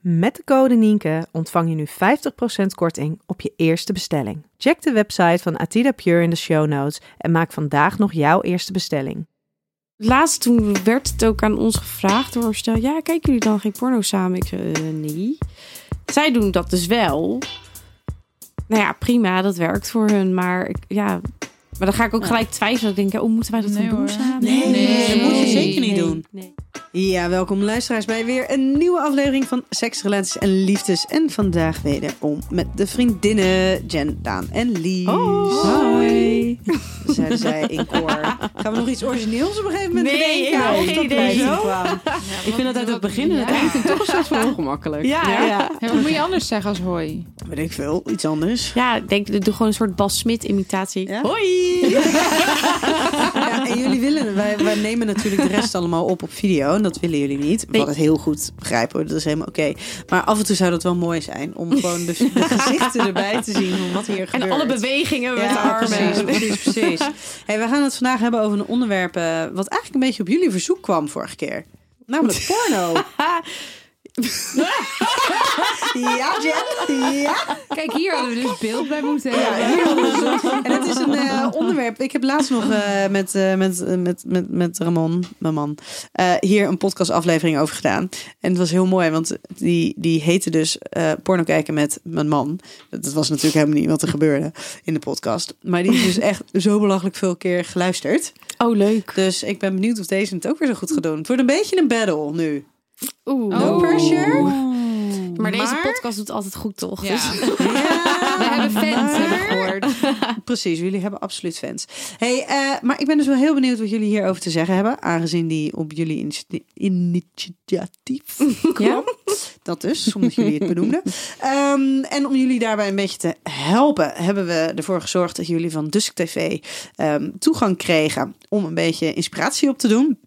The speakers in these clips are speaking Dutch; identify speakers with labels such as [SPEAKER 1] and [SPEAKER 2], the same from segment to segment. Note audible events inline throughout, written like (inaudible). [SPEAKER 1] Met de code Nienke ontvang je nu 50% korting op je eerste bestelling. Check de website van Atida Pure in de show notes en maak vandaag nog jouw eerste bestelling.
[SPEAKER 2] Laatst toen werd het ook aan ons gevraagd door een stel. Ja, kijken jullie dan geen porno samen? Ik zei, eh, nee. Zij doen dat dus wel. Nou ja, prima, dat werkt voor hun. Maar ik, ja, maar dan ga ik ook gelijk twijfelen. Ik denk, ja, oh, moeten wij dat
[SPEAKER 3] Nee,
[SPEAKER 2] dan doen
[SPEAKER 3] hoor.
[SPEAKER 2] samen?
[SPEAKER 3] Nee. Nee.
[SPEAKER 4] Dat moet je zeker niet doen.
[SPEAKER 2] Nee.
[SPEAKER 4] Ja, welkom luisteraars bij weer een nieuwe aflevering van Seks, Relaties en Liefdes. En vandaag wederom met de vriendinnen Jen, Daan en Lies.
[SPEAKER 2] (laughs) Hoi.
[SPEAKER 4] Zeiden zij in koor. Gaan we nog iets origineels op een gegeven moment
[SPEAKER 2] Nee, ik
[SPEAKER 4] bedenken?
[SPEAKER 2] heb
[SPEAKER 4] Of
[SPEAKER 2] geen
[SPEAKER 4] dat
[SPEAKER 2] idee.
[SPEAKER 4] wij zo
[SPEAKER 2] Ja.
[SPEAKER 4] kwamen?
[SPEAKER 3] ik vind dat uit het begin en het
[SPEAKER 4] eind
[SPEAKER 3] vind ik toch een soort
[SPEAKER 1] (laughs)
[SPEAKER 3] van ongemakkelijk.
[SPEAKER 4] Ja, ja.
[SPEAKER 3] Ja, wat moet je anders zeggen als hoi?
[SPEAKER 4] Weet ik veel, iets
[SPEAKER 2] (laughs)
[SPEAKER 4] anders.
[SPEAKER 2] Ja, ik denk, ik doe gewoon een soort Bas Smit imitatie.
[SPEAKER 4] Ja?
[SPEAKER 2] Hoi!
[SPEAKER 4] Ja, en jullie willen, wij, wij nemen natuurlijk de rest allemaal op op video. En dat willen jullie niet.
[SPEAKER 2] Nee.
[SPEAKER 4] Wat het heel goed begrijpen hoor, dat is helemaal oké. Maar af en toe zou dat wel mooi
[SPEAKER 2] (laughs)
[SPEAKER 4] zijn. Om gewoon de, de gezichten erbij te zien van wat hier
[SPEAKER 2] En
[SPEAKER 4] gebeurt.
[SPEAKER 2] alle bewegingen met de
[SPEAKER 4] Ja, precies,
[SPEAKER 2] (laughs) armen.
[SPEAKER 4] precies, precies. Hey, we gaan het vandaag hebben over een onderwerp eh, wat eigenlijk een beetje op jullie verzoek kwam vorige keer. Namelijk porno. ja, Jen. Ja.
[SPEAKER 3] Kijk, hier hadden we dus beeld bij moeten hebben.
[SPEAKER 4] dus En het is een eh, onderwerp. Ik heb laatst nog eh, met, eh, met, eh, met, met, met Ramon, mijn man, eh, hier een podcastaflevering over gedaan. En het was heel mooi, want die, die heette dus eh, Porno kijken met mijn man. Dat dat was natuurlijk helemaal niet wat er gebeurde in de podcast. Maar die is dus echt zo belachelijk veel keer geluisterd.
[SPEAKER 2] Oh, leuk.
[SPEAKER 4] Dus ik ben benieuwd of deze het ook weer zo goed gaat doen. Het wordt een beetje een battle nu.
[SPEAKER 2] Oeh.
[SPEAKER 4] No
[SPEAKER 3] Oh.
[SPEAKER 4] pressure.
[SPEAKER 2] Maar deze
[SPEAKER 4] Maar-
[SPEAKER 2] podcast doet altijd goed, toch?
[SPEAKER 3] Ja.
[SPEAKER 2] Dus-
[SPEAKER 3] (laughs) We hebben fans, heb ik gehoord.
[SPEAKER 4] Precies, jullie hebben absoluut fans. Hey, eh, maar ik ben dus wel heel benieuwd wat jullie hierover te zeggen hebben. Aangezien die op jullie initi- initiatief kwam. Dat dus, omdat jullie het benoemden. Ehm, en om jullie daarbij een beetje te helpen, hebben we ervoor gezorgd dat jullie van Dusk TV ehm, toegang kregen om een beetje inspiratie op te doen.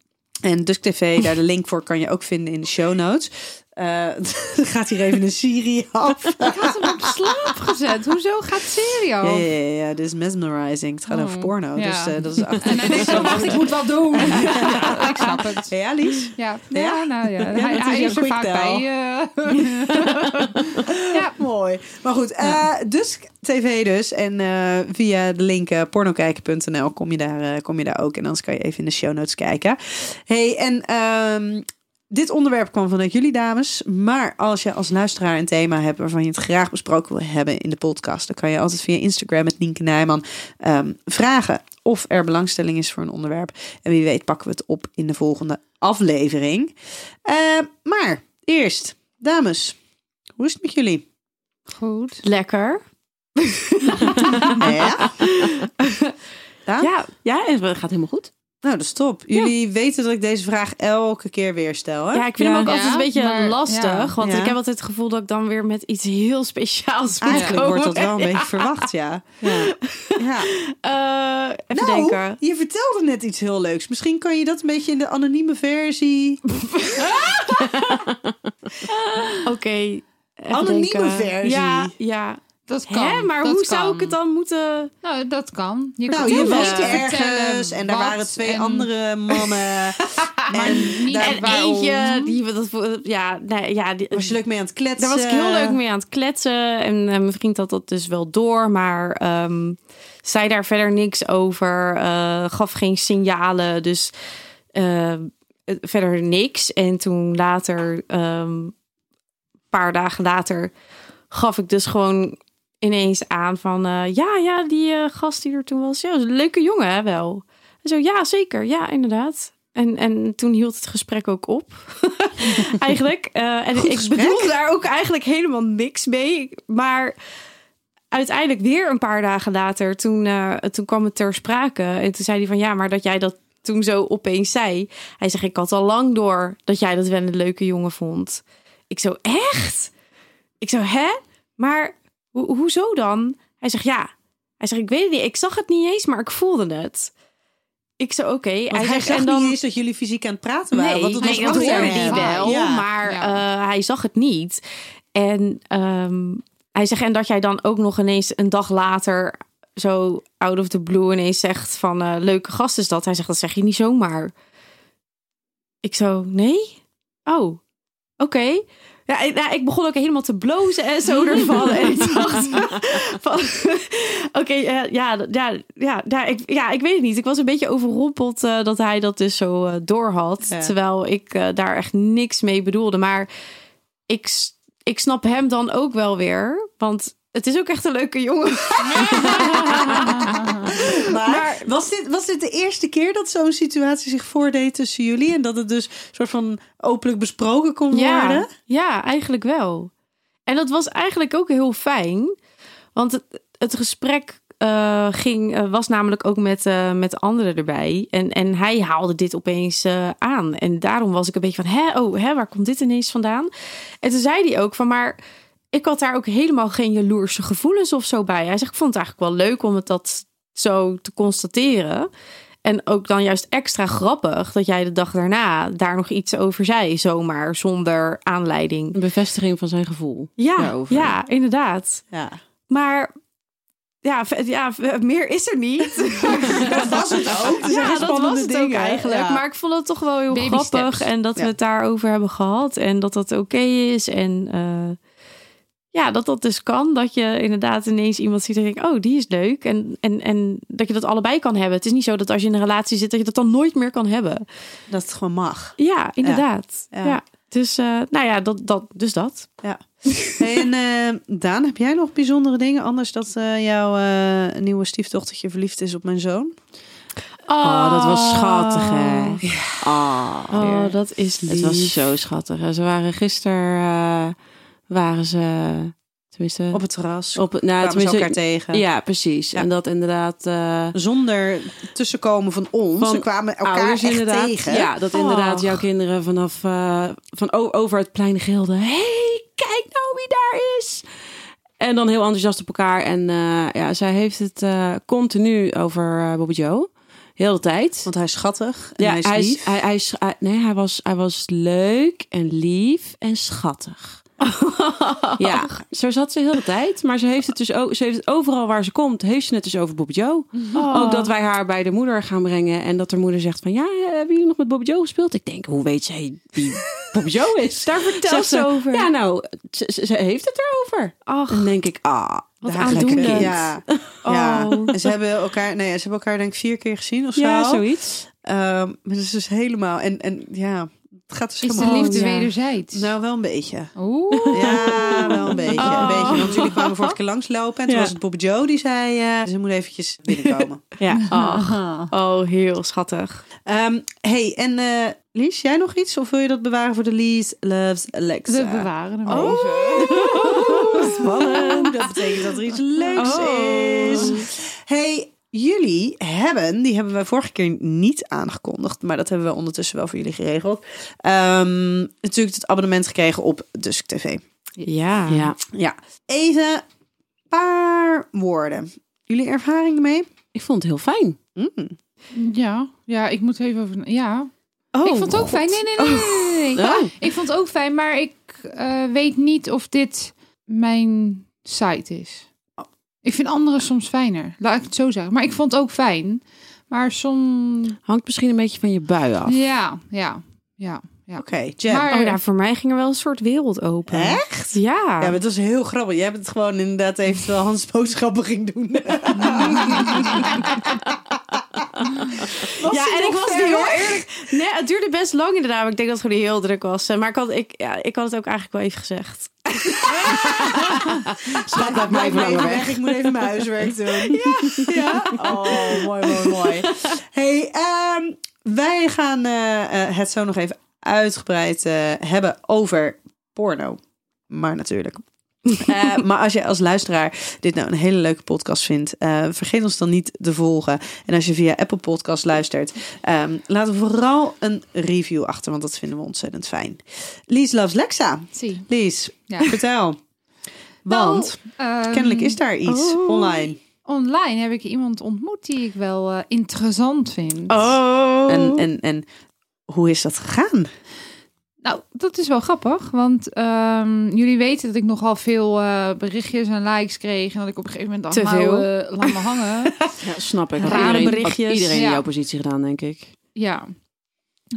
[SPEAKER 4] En Dusk TV, daar de link voor kan je ook vinden in de show notes. Eh, (laughs) gaat hier even een Siri af.
[SPEAKER 3] Ik had hem op slaap gezet. Hoezo gaat serie
[SPEAKER 4] Ja,
[SPEAKER 3] al?
[SPEAKER 4] ja, ja, ja, dit is mesmerizing. Het gaat
[SPEAKER 3] Oh,
[SPEAKER 4] over porno.
[SPEAKER 3] ja.
[SPEAKER 4] Dus eh, dat
[SPEAKER 3] (laughs)
[SPEAKER 4] is achter.
[SPEAKER 3] En hij denkt, oh, wacht, ik moet wat doen. Ja, ik snap
[SPEAKER 4] (laughs)
[SPEAKER 3] het.
[SPEAKER 4] Ja, Lies?
[SPEAKER 3] Ja,
[SPEAKER 4] Ja?
[SPEAKER 3] ja, nou ja.
[SPEAKER 4] dat
[SPEAKER 3] Hij,
[SPEAKER 4] is
[SPEAKER 3] hij
[SPEAKER 4] jouw
[SPEAKER 3] is er vaak
[SPEAKER 4] quick
[SPEAKER 3] bij.
[SPEAKER 4] taal. (laughs)
[SPEAKER 3] eh. ja.
[SPEAKER 4] Mooi. Maar goed, eh, dus tv dus. En eh, via de link eh, pornokijken.nl kom, je daar, eh, kom je daar ook. En anders kan je even in de show notes kijken. hey, en ehm, dit onderwerp kwam vanuit jullie dames. Maar als je als luisteraar een thema hebt waarvan je het graag besproken wil hebben in de podcast. Dan kan je altijd via Instagram met Nienke Nijman ehm, vragen of er belangstelling is voor een onderwerp. En wie weet pakken we het op in de volgende aflevering. Eh, maar eerst, dames. Hoe is het met jullie?
[SPEAKER 3] Goed.
[SPEAKER 2] Lekker.
[SPEAKER 4] Ja? Daan?
[SPEAKER 2] Ja,
[SPEAKER 4] ja, en
[SPEAKER 2] dat gaat helemaal goed.
[SPEAKER 4] (laughs) Nou, dat is top. Jullie weten dat ik deze vraag elke keer weer stel, hè?
[SPEAKER 2] Ja, ik vind hem ook
[SPEAKER 3] Ja,
[SPEAKER 2] altijd een beetje
[SPEAKER 3] maar-
[SPEAKER 2] lastig.
[SPEAKER 3] ja.
[SPEAKER 2] Want
[SPEAKER 4] Ja.
[SPEAKER 2] ik heb altijd het gevoel dat ik dan weer met iets heel (laughs) speciaals moet
[SPEAKER 4] Eigenlijk
[SPEAKER 2] komen.
[SPEAKER 4] wordt
[SPEAKER 2] (laughs)
[SPEAKER 4] dat wel een beetje verwacht, ja. ja.
[SPEAKER 2] Eh, even
[SPEAKER 4] Nou,
[SPEAKER 2] denken.
[SPEAKER 4] je vertelde net iets heel leuks. Misschien kan je dat een beetje in de anonieme versie...
[SPEAKER 2] Oké. even
[SPEAKER 4] Anonieme
[SPEAKER 2] denken.
[SPEAKER 4] versie.
[SPEAKER 2] Ja, ja.
[SPEAKER 3] Dat kan.
[SPEAKER 2] Hè, maar
[SPEAKER 3] dat
[SPEAKER 2] hoe
[SPEAKER 3] kan.
[SPEAKER 2] zou ik het dan moeten...
[SPEAKER 3] Nou, dat kan. Je
[SPEAKER 4] Nou,
[SPEAKER 3] kan
[SPEAKER 4] je
[SPEAKER 3] wel
[SPEAKER 4] was
[SPEAKER 3] te
[SPEAKER 4] ergens
[SPEAKER 3] vertellen
[SPEAKER 4] en daar
[SPEAKER 3] wat
[SPEAKER 4] waren twee
[SPEAKER 3] en-
[SPEAKER 4] andere mannen. en
[SPEAKER 3] niet-
[SPEAKER 4] daar
[SPEAKER 3] En
[SPEAKER 4] waarom-
[SPEAKER 2] Eentje, die, dat, vo- ja, nee, ja die,
[SPEAKER 4] was je leuk mee aan het kletsen.
[SPEAKER 2] daar was ik heel leuk mee aan het kletsen. En eh, mijn vriend had dat dus wel door. Maar ehm zei daar verder niks over. eh, gaf geen signalen. Dus eh, eh, verder niks. En toen later, ehm, een paar dagen later, gaf ik dus gewoon ineens aan van... eh, ja, ja, die eh, gast die er toen was, ja, is een leuke jongen hè, wel. En zo, ja, zeker, ja, inderdaad. En, en toen hield het gesprek ook op, (laughs) eigenlijk. Eh, en
[SPEAKER 4] Goed
[SPEAKER 2] ik
[SPEAKER 4] gesprek.
[SPEAKER 2] bedoelde daar ook eigenlijk helemaal niks mee. Maar uiteindelijk weer een paar dagen later, toen, eh, toen kwam het ter sprake. En toen zei hij van, ja, maar dat jij dat toen zo opeens zei. Hij zegt, ik had al lang door dat jij dat wel een leuke jongen vond. Ik zo, echt? Ik zo, hè? Maar ho- hoezo dan? Hij zegt, ja. Hij zegt, ik weet het niet. Ik zag het niet eens, maar ik voelde het. Ik zo, oké.
[SPEAKER 4] Want hij
[SPEAKER 2] zegt,
[SPEAKER 4] zegt
[SPEAKER 2] en dan...
[SPEAKER 4] niet eens dat jullie fysiek aan het praten waren. want dat
[SPEAKER 3] nee,
[SPEAKER 4] was
[SPEAKER 3] dat
[SPEAKER 4] gewoon
[SPEAKER 3] hoorde
[SPEAKER 4] een
[SPEAKER 3] hij
[SPEAKER 4] app.
[SPEAKER 3] wel,
[SPEAKER 4] Ja.
[SPEAKER 2] maar
[SPEAKER 3] Ja.
[SPEAKER 2] eh, hij zag het niet. En ehm, hij zegt, en dat jij dan ook nog ineens een dag later zo out of the blue ineens zegt van eh, leuke gast is dat. Hij zegt, dat zeg je niet zomaar. Ik zo, nee? Oh, oké. Ja, ik, nou, ik begon ook helemaal te blozen en
[SPEAKER 3] (laughs)
[SPEAKER 2] zo ervan. en ik dacht van, (laughs) oké, eh, ja, d- ja, ja, ja, ik, ja, ik weet het niet. Ik was een beetje overrompeld eh, dat hij dat dus zo eh, door had.
[SPEAKER 4] Ja.
[SPEAKER 2] Terwijl ik eh, daar echt niks mee bedoelde. Maar ik, s- ik snap hem dan ook wel weer. Want het is ook echt een leuke jongen.
[SPEAKER 3] Ah,
[SPEAKER 4] (laughs) Maar, was, dit, was dit de eerste keer dat zo'n situatie zich voordeed tussen jullie? En dat het dus soort van openlijk besproken kon worden?
[SPEAKER 2] ja, eigenlijk wel. En dat was eigenlijk ook heel fijn. Want het, het gesprek eh, ging, eh, was namelijk ook met, eh, met anderen erbij. En, en hij haalde dit opeens eh, aan. En daarom was ik een beetje van, hè, oh, hè, waar komt dit ineens vandaan? En toen zei hij ook van, maar ik had daar ook helemaal geen jaloerse gevoelens of zo bij. Hij zegt, ik vond het eigenlijk wel leuk om het dat zo te constateren. En ook dan juist extra grappig dat jij de dag daarna daar nog iets over zei, zomaar zonder aanleiding.
[SPEAKER 5] Een bevestiging van zijn gevoel.
[SPEAKER 2] Ja,
[SPEAKER 5] Daarover.
[SPEAKER 2] ja inderdaad.
[SPEAKER 4] Ja.
[SPEAKER 2] Maar ja, ve- ja, ve- meer is er niet.
[SPEAKER 4] Dat was het ook. Dat zijn
[SPEAKER 2] ja, dat
[SPEAKER 4] spannende
[SPEAKER 2] was het ook
[SPEAKER 4] dingen,
[SPEAKER 2] eigenlijk.
[SPEAKER 4] ja.
[SPEAKER 2] Maar ik vond het toch wel heel
[SPEAKER 3] Baby
[SPEAKER 2] grappig.
[SPEAKER 3] steps.
[SPEAKER 2] En dat
[SPEAKER 4] Ja.
[SPEAKER 2] we het daarover hebben gehad. En dat dat oké is. En eh, ja, dat dat dus kan. Dat je inderdaad ineens iemand ziet en denkt... oh, die is leuk. En, en, en dat je dat allebei kan hebben. Het is niet zo dat als je in een relatie zit... dat je dat dan nooit meer kan hebben.
[SPEAKER 4] Dat het gewoon mag.
[SPEAKER 2] Ja, inderdaad.
[SPEAKER 4] Ja.
[SPEAKER 2] Ja. Dus, eh, nou ja, dat, dat, dus dat.
[SPEAKER 4] Ja. Hey, en eh, Daan, heb jij nog bijzondere dingen? Anders dat eh, jouw eh, nieuwe stiefdochtertje verliefd is op mijn zoon.
[SPEAKER 5] Oh, dat was schattig, hè? Oh,
[SPEAKER 2] Oh, dat is lief.
[SPEAKER 5] het was zo schattig. hè. Ze waren gisteren, eh, waren ze, tenminste...
[SPEAKER 4] Op het terras.
[SPEAKER 5] op het- nou,
[SPEAKER 4] kwamen ze elkaar
[SPEAKER 5] tenminste,
[SPEAKER 4] tegen.
[SPEAKER 5] ja, precies.
[SPEAKER 4] Ja.
[SPEAKER 5] En dat inderdaad... eh,
[SPEAKER 4] Zonder tussenkomen van ons.
[SPEAKER 5] Van
[SPEAKER 4] Ze kwamen elkaar
[SPEAKER 5] ouders
[SPEAKER 4] echt
[SPEAKER 5] inderdaad.
[SPEAKER 4] tegen.
[SPEAKER 5] Ja, dat inderdaad jouw kinderen vanaf eh, van o- over het plein gilden. hey, kijk nou wie daar is. En dan heel enthousiast op elkaar. En eh, ja, zij heeft het eh, continu over eh, Bobby Joe. Heel de tijd.
[SPEAKER 4] Want hij is schattig en
[SPEAKER 5] ja,
[SPEAKER 4] hij is lief.
[SPEAKER 5] hij, hij is- hij- nee, hij was, hij was leuk en lief en schattig. ja, zo zat ze heel de tijd. Maar ze heeft het dus ook, ze heeft het overal waar ze komt, heeft ze het dus over Bobby Joe. Ook dat wij haar bij de moeder gaan brengen en dat de moeder zegt van ja, eh, hebben jullie nog met Bobby Joe gespeeld? Ik denk, hoe weet zij wie Bobby Joe is?
[SPEAKER 2] Daar vertelt
[SPEAKER 5] Zegt
[SPEAKER 2] ze over.
[SPEAKER 5] Ja, nou, ze, ze- ze heeft het erover.
[SPEAKER 2] Ach,
[SPEAKER 5] En dan denk ik, ah,
[SPEAKER 2] wat
[SPEAKER 4] Daar lekker.
[SPEAKER 2] aandoenlijk.
[SPEAKER 4] Ja. ja.
[SPEAKER 2] Oh.
[SPEAKER 4] En ze hebben elkaar, nee, ze hebben elkaar denk ik vier keer gezien of zo.
[SPEAKER 5] ja, zoiets.
[SPEAKER 4] Ehm, maar dat is dus helemaal. En, en ja, het gaat dus
[SPEAKER 3] Is de
[SPEAKER 4] helemaal.
[SPEAKER 3] liefde
[SPEAKER 2] ja.
[SPEAKER 3] wederzijds?
[SPEAKER 4] Nou, wel een beetje.
[SPEAKER 3] (laughs) Oeh.
[SPEAKER 4] Ja, wel een beetje.
[SPEAKER 2] Oh.
[SPEAKER 4] Een beetje. Want jullie kwamen vorige keer langslopen. En toen
[SPEAKER 5] Ja.
[SPEAKER 4] was het Bob Joe die zei... eh, ze moet eventjes binnenkomen.
[SPEAKER 2] (laughs)
[SPEAKER 5] Ja.
[SPEAKER 2] Ach. Oh, heel schattig.
[SPEAKER 4] Ehm, hey, en eh, Lies, jij nog iets? Of wil je dat bewaren voor de Lies Loves Alexa?
[SPEAKER 3] We bewaren hem
[SPEAKER 4] Oh.
[SPEAKER 3] even.
[SPEAKER 4] (laughs) Spannend. Dat betekent dat er iets leuks
[SPEAKER 3] Oh.
[SPEAKER 4] is. Hey, jullie hebben, die hebben wij vorige keer niet aangekondigd, maar dat hebben we ondertussen wel voor jullie geregeld. Ehm, natuurlijk het abonnement gekregen op Dusk TV.
[SPEAKER 2] Ja.
[SPEAKER 5] ja.
[SPEAKER 4] Ja, even een paar woorden. Jullie ervaring ermee?
[SPEAKER 5] Ik vond het heel fijn.
[SPEAKER 4] Mm.
[SPEAKER 3] Ja, ja, ik moet even over. Ja.
[SPEAKER 2] Oh,
[SPEAKER 3] ik vond het ook fijn. Nee, nee, nee. nee, nee, nee.
[SPEAKER 5] Oh.
[SPEAKER 3] Ik vond het ook fijn, maar ik eh, weet niet of dit mijn site is. Ik vind anderen soms fijner. Laat ik het zo zeggen. Maar ik vond het ook fijn. Maar soms.
[SPEAKER 5] Hangt misschien een beetje van je bui af.
[SPEAKER 3] Ja, ja, ja.
[SPEAKER 4] Oké, Jen.
[SPEAKER 3] Maar-
[SPEAKER 2] Oh, nou, voor mij ging er wel een soort wereld open.
[SPEAKER 4] Echt?
[SPEAKER 2] Ja.
[SPEAKER 4] Ja, maar dat is heel grappig. Jij hebt het gewoon (laughs) inderdaad eventueel Hans boodschappen ging doen.
[SPEAKER 2] ja, en ik was
[SPEAKER 4] ver,
[SPEAKER 2] nu heel eerlijk. Nee, het duurde best lang inderdaad. Maar ik denk dat het gewoon heel druk was. Eh, Maar ik had, ik, ja, ik had het ook eigenlijk wel even gezegd.
[SPEAKER 5] Schat, laat mij even langer weg.
[SPEAKER 4] Ik moet even mijn huiswerk doen. Ja. (laughs) Oh, mooi, mooi, mooi. Hey, ehm, wij gaan eh, eh, het zo nog even uitgebreid eh, hebben over porno. Maar natuurlijk. Eh, maar als je als luisteraar dit nou een hele leuke podcast vindt, eh, vergeet ons dan niet te volgen. En als je via Apple Podcast luistert, ehm, laat vooral een review achter, want dat vinden we ontzettend fijn. Lies loves Lexa.
[SPEAKER 3] Zie.
[SPEAKER 4] Lies,
[SPEAKER 3] Ja.
[SPEAKER 4] vertel. Want
[SPEAKER 3] Nou, ehm,
[SPEAKER 4] kennelijk is daar iets online.
[SPEAKER 3] Online heb ik iemand ontmoet die ik wel eh, interessant vind.
[SPEAKER 5] Oh.
[SPEAKER 4] En, en, en hoe is dat gegaan?
[SPEAKER 3] Nou, dat is wel grappig, want ehm, jullie weten dat ik nogal veel eh, berichtjes en likes kreeg. En dat ik op een gegeven moment
[SPEAKER 2] Te
[SPEAKER 3] dacht, nou, eh, laat me
[SPEAKER 4] (laughs)
[SPEAKER 3] hangen.
[SPEAKER 5] Ja, snap ik.
[SPEAKER 2] Rare
[SPEAKER 5] Iedereen-
[SPEAKER 2] berichtjes.
[SPEAKER 5] had Iedereen in
[SPEAKER 3] Ja.
[SPEAKER 5] jouw positie gedaan, denk ik.
[SPEAKER 3] ja.